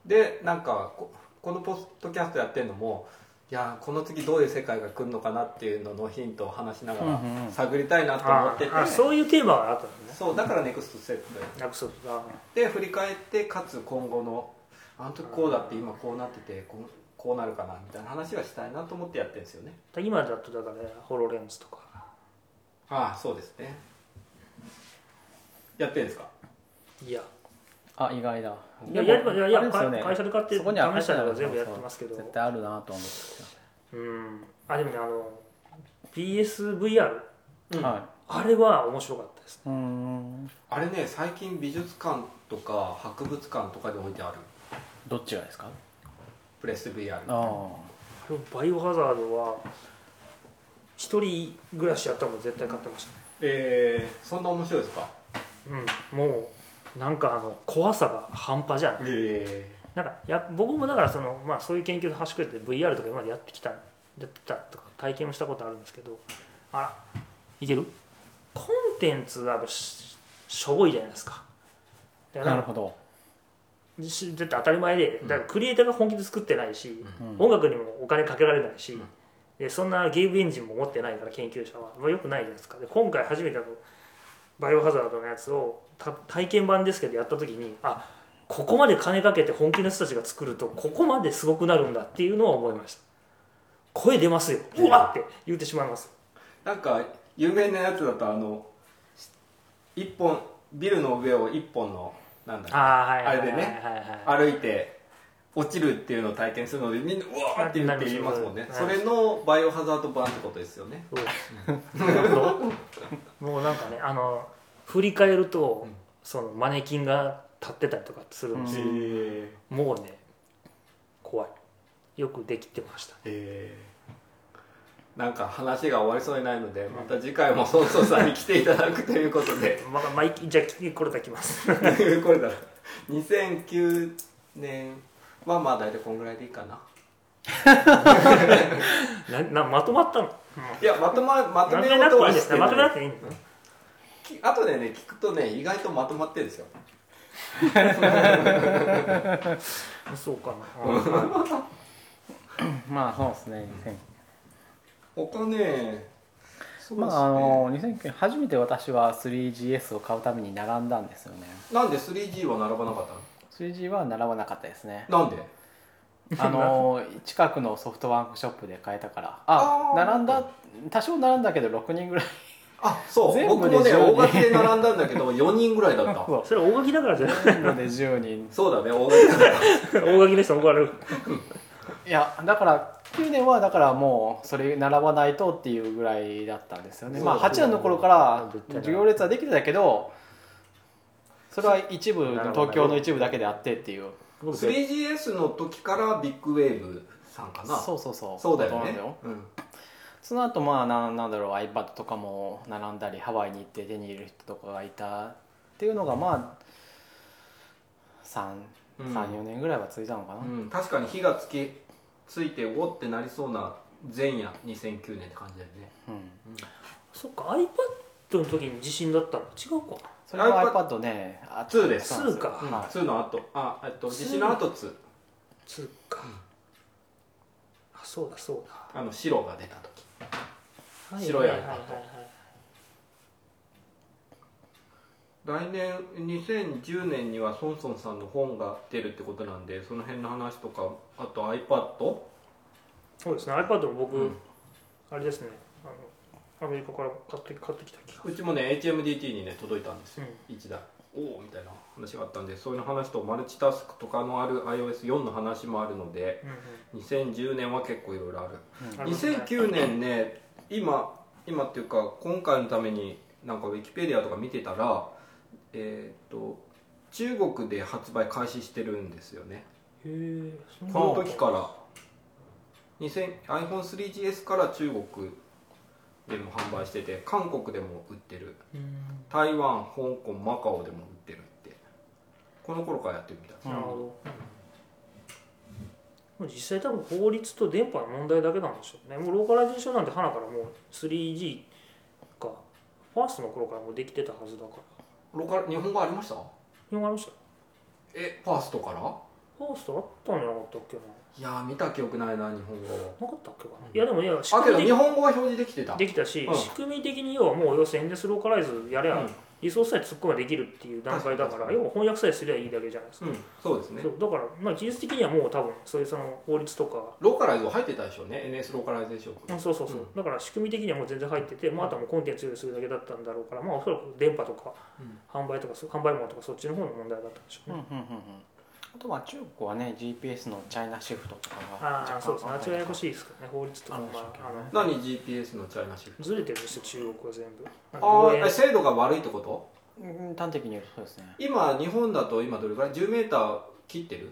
でなんかここのポッドキャストやってるのもいやこの次どういう世界が来るのかなっていうののヒントを話しながら
うんうん
探りたいなと思
あ
ってて、
あそういうテーマがあったんですね
そうだからネクストステップ
約束が
で振り返ってかつ今後のあの時こうだって今こうなっててこうこうなるかなみたいな話はしたいなと思ってやってるんですよね
今だとだからホロレンズとか
ああそうですねやってるんですか
いや
あ意外だ
いややればいやいや
あれですよね
会社で買って
そこには
試したりとか全部やってますけど
絶対あるなと思って
うんあでもねあの PSVR
うん
は
あれは面白かったです
いうん
あれね最近美術館とか博物館とかで置いてある
どっちがですか
プレス VR
ああ
あれバイオハザードは一人暮らしやったらもう絶対買ってました
えー、そんな面白いですか
ねうんもうなんかあの怖さが半端じゃない
え
なんかや僕もだからその、まあ、そういう研究の端くれて VR とか今までやってきたやってたとか体験をしたことあるんですけどあいけるコンテンツはやっぱししょぼいじゃないですかだから
なるほど、
しだって当たり前でだからクリエイターが本気で作ってないし、
うん
音楽にもお金かけられないし、
うん
でそんなゲームエンジンも持ってないから研究者は、まあ、よくないじゃないですかで今回初めてあのバイオハザードのやつをた体験版ですけどやった時にあここまで金かけて本気の人たちが作るとここまですごくなるんだっていうのは思いました声出ますようわって言ってしまいます
なんか有名なやつだとあのし一本ビルの上を一本のなんだっけ
ああはいはい
あれでね
はいはいはい
歩いて落ちるっていうのを体験するのでみんなうわーって言って言いますもんね
はい
それのバイオハザード版ってことですよね
そうもうなんかねあの振り返る
う
と、
ん
そのマネキンが立ってたりとかするんですよ、
え
もうね怖いよくできてました
えなんか話が終わりそうにないのでまた次回も孫孫さんに来ていただくということで
まあ、まあ、いじゃあこれだけ来ます
これだ2009年はまあ大体こんぐらいでいいかな
ななまとまったの、
いやまとままと
ま
め
とめ
よ
な
う
く
とは
ていいんで
し
す
て
ねまとめな
な
くていいんですね
い後でね聞くとね意外とまとまってるんですよ
そうかな、はい
まあそうですね2009
他ねそう
ま
ですね、
ああの2009初めて私は 3GS を買うために並んだんですよね
なんで 3G は並ばなかった
3G は並ばなかったです ね
のなんで
あの近くのソフトバンクショップで買えたからあ
あー
並んだ多少並んだけど6人ぐらい
あそう
全部
僕
で
もね
10人
大垣で並んだんだけ ど4人ぐらいだった
そ
それ大垣だからじゃ ない
うなので10人
そうだね大 垣だっ
大垣の人怒られる
いやだから9年はだからもうそれ並ばないとっていうぐらいだったんですよねまあ8年の頃から行列はできてたけどそれは一部東京の一部だけであってっていう
た 3GS の時からビッグウェーブさんかな
そうそうそう
そうだよ
そうな
ね
んだよ
うん
その後まあななんだろう iPad とかも並んだりハワイに行って手に入れる人とかがいたっていうのがまあ
うん
34年ぐらいは続いたのかな、
うん確かに火がつきついておってなりそうな前夜2009年って感じだよね
うん
そっか iPad の時に地震だったの違うか
それは
iPad
iPad ねあ
2です
そうなんよ
2か
うん
はい
2の後あえっと地震の後2
つうかあそうだそうだ
あの白が出た時
はい
白い
はいはいはい
iPad 来年2010年にはソンソンさんの本が出るってことなんでその辺の話とかあと iPad
そうですね iPad も僕、
うん
あれですねあのアメリカから買って買ってきた気が
うちもね HMDT にね届いたんですよ、
う
一台おおみたいな話があったんでそういう話とマルチタスクとかのある iOS4 の話もあるので
うんうん
2010年は結構いろいろある
ありますね
2009年ね今今っていうか今回のためになんかウィキペディアとか見てたらえーっと中国で発売開始してるんですよね
へえそんな
この時から iPhone3GS から中国でも販売してて韓国でも売ってる
うん
台湾香港マカオでも売ってるってこの頃からやってるみたい
うん
なるほど、もう実際多分法律と電波の問題だけなんでしょうねもうローカライゼーションなんて花からもう 3G かファーストの頃からもうできてたはずだから
ローカル日本語ありました
広がりました
えファーストから
ファーストあったんじゃなかったっけない
やー見た記憶ないな日本語
なかったっけかな、いやでもいや仕
あけど日
組み的
本語は表示できてた
できたし、
うん
仕組み的に要はもう要するにエンデスローカライズやれば、
うん
リソースさえ突っ込めばできるっていう段階だから
確かに確かに
要は翻訳さえすればいいだけじゃないですか、
うんそうですね
そうだから、まあ、技術的にはもう多分そういうその法律とか
ローカライズ入ってたでしょうね NS ローカライゼーション
うんそうそうそう、だから仕組み的にはもう全然入ってて、まあ、あとはもうコンテンツ用意するだけだったんだろうから、まあ、おそらく電波とか、
うん
販売とかそう販売網とかそっちの方の問題だったんでしょう
うんう
ね、
んうんうんあとは中国はね GPS のチャイナシフトとかが
ああそうですねあっちがややこ
い
しいですからね法律とか
あ
も、
るでしょ
ま
うけど
あ、
ね
あの
何 GPS のチャイナシフ
ずれてるんですよ中国は全部
ト
防
あ
衛
あ精度が悪いってこと
うん端的に言うとそうですね
今日本だと今どれぐらい 10m 切ってる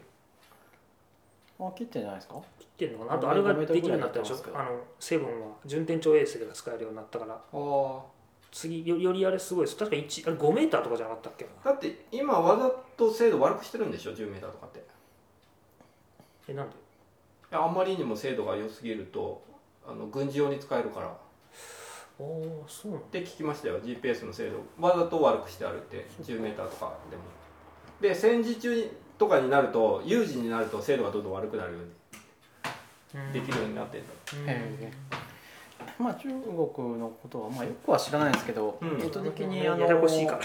あ切ってんじゃないですか
切ってるのかなあとあれができるようになったでしょ
5メートルぐらいだったんですけど
あのセブンは順天長衛星が使えるようになったから
ああ
次よよりあれすごいです確か1あれ5メーターとかじゃなかったっけ
だ
な
って今わざと精度悪くしてるんでしょ 10m とかってい
えなんで
やあまりにも精度が良すぎるとあの軍事用に使えるからっ
ああそうなんだ
て聞きましたよ GPS の精度わざと悪くしてあるって 10m とかでもで戦時中にとかになると有事になると精度がどんどん悪くなるようにできるようになってんだ
う
へ
ん
えまあ、中国のことは、まあ、よくは知らないんですけど、
うん
ネット的にあ
や
の
やこしいから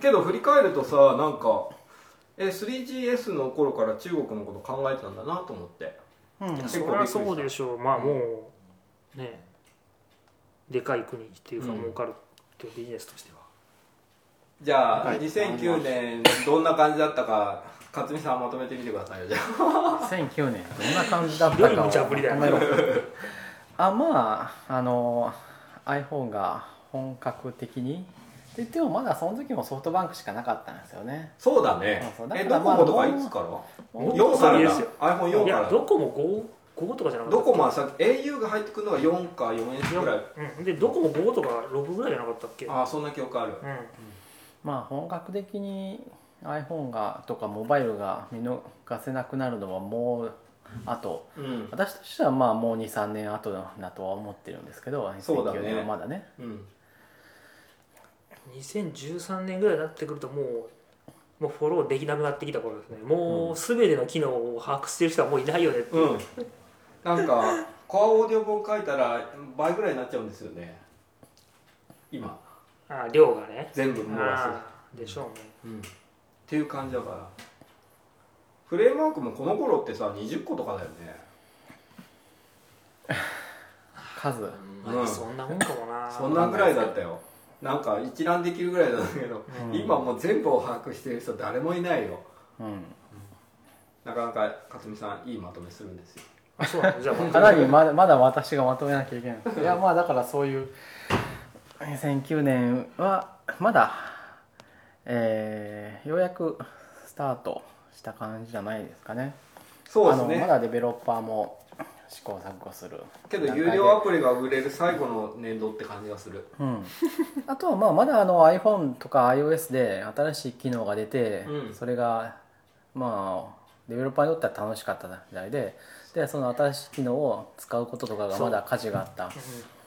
けど振り返るとさなんかえ 3GS の頃から中国のこと考えてたんだなと思って
うん、
結
そ
構びっく
りゃ
りした
そうでしょうまあもうねでかい国っていうか
うん
儲かるっていうビジネスとしては、
じゃあ、
はい
2009年どんな感じだったか勝美さんまとめてみてくださいよじゃあ
2009年どんな感じだっ た
ひどい
か
無茶ぶりだよ
まとめろ あまああの iPhone が本格的にって言ってもまだその時もソフトバンクしかなかったんですよね
そうだね
そうそう
え
だ
ドコ
からまあ
モとかいつから
もっと
4から
先で
だ
すよ
iPhone4
い
から
や
だ
どこも 5, 5とかじゃなかった
ドコモはさ au が入ってくるのが4か 4S くらい
うん、でどこも5とか6ぐらいじゃなかったっけ
ああそんな記憶ある
う
まあ本格的に iPhone がとかモバイルが見逃せなくなるのはもうあと
うん
私としてはまあもう23年後だとは思ってるんですけど
そうだね
2009年はまだね
うん
ん、2013年ぐらいになってくるともうもうフォローできなくなってきた頃ですねもう全ての機能を把握してる人はもういないよね、
うんなんかコアオーディオ本書いたら倍ぐらいになっちゃうんですよね今
あ量がね
全部網羅する
あーでしょうね
うんっていう感じだからフレームワークもこの頃ってさ20個とかだよね
数
うん
まあ、そんなもんかも な
そんなぐらいだったよなんか一覧できるぐらいだけど、
うん
今もう全部を把握してる人誰もいないよ
うん
なかなか勝美さんいいまとめするんですよ
あそうなのじゃあ ま
か
た
なりまだまだ私がまとめなきゃいけないいやまあだからそういう2009年はまだ、えーようやくスタートした感じじゃないですかね
そうです
あのま
ね
だデベロッパーも試行錯誤する
けど有料アプリが売れる最後の年度って感じがする
うん、あとはまあまだあの iPhone とか iOS で新しい機能が出て、
うん
それがまあデベロッパーにとっては楽しかった時代ででその新しい機能を使うこととかがまだ価値があった
うん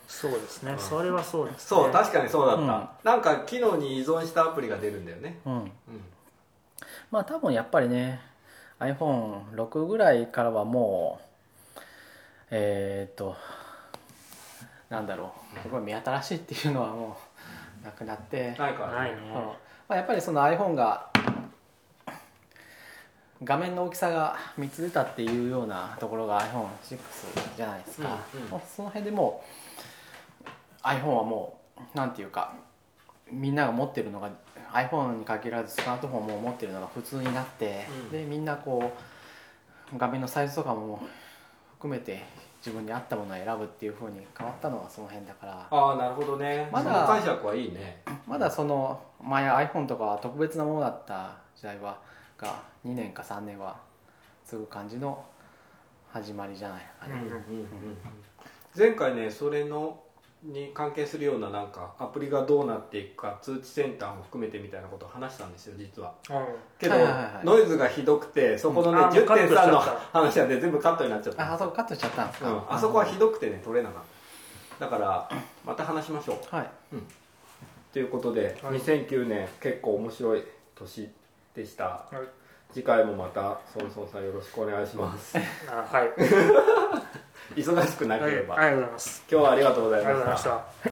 そうですね、それはそうです、ね、
そう確かにそうだった、
うん
なんか機能に依存したアプリが出るんだよね
う、ん、
うん、
まあ多分やっぱりね iPhone6 ぐらいからはもうえーっとなんだろうすごい目新しいっていうのはもうなくなって
ないから
ないね
うんまあ、やっぱりその iPhone が画面の大きさが3つ出たっていうようなところが iPhone6 じゃないですか、
うんうん
もうその辺でもう iPhone はもうなんていうかみんなが持ってるのが iPhone に限らずスマートフォンも持ってるのが普通になって、
うん
でみんなこう画面のサイズとかも含めて自分に合ったものを選ぶっていう風に変わったのはその辺だから
ああなるほどね
まだ
その解釈はいいね
まだその前 iPhone とかは特別なものだった時代はが2年か3年はすぐ感じの始まりじゃないかな、
うん
前回ねそれのに関係するようななんかアプリがどうなっていくか通知センターも含めてみたいなことを話したんですよ実は
う
けど、
はいはいはい
ノイズがひどくてそこのね、
うんあーもうカットしちゃっ
10.3
た
の話なんで全部カットになっちゃった
ああそこカットしちゃったんですか、
うん、あそこはひどくてね取れなかっただからまた話しましょう
はい
ということで、
はい
2009年結構面白い年でした
ん、はい、
次回もまたソンソンさんよろしくお願いします
あはい、はい、あり
忙しくな
が
けれ
とう
ば、
ございます
今日はありがとうござ
あ
い
りがとう
ま
ございま
し
したた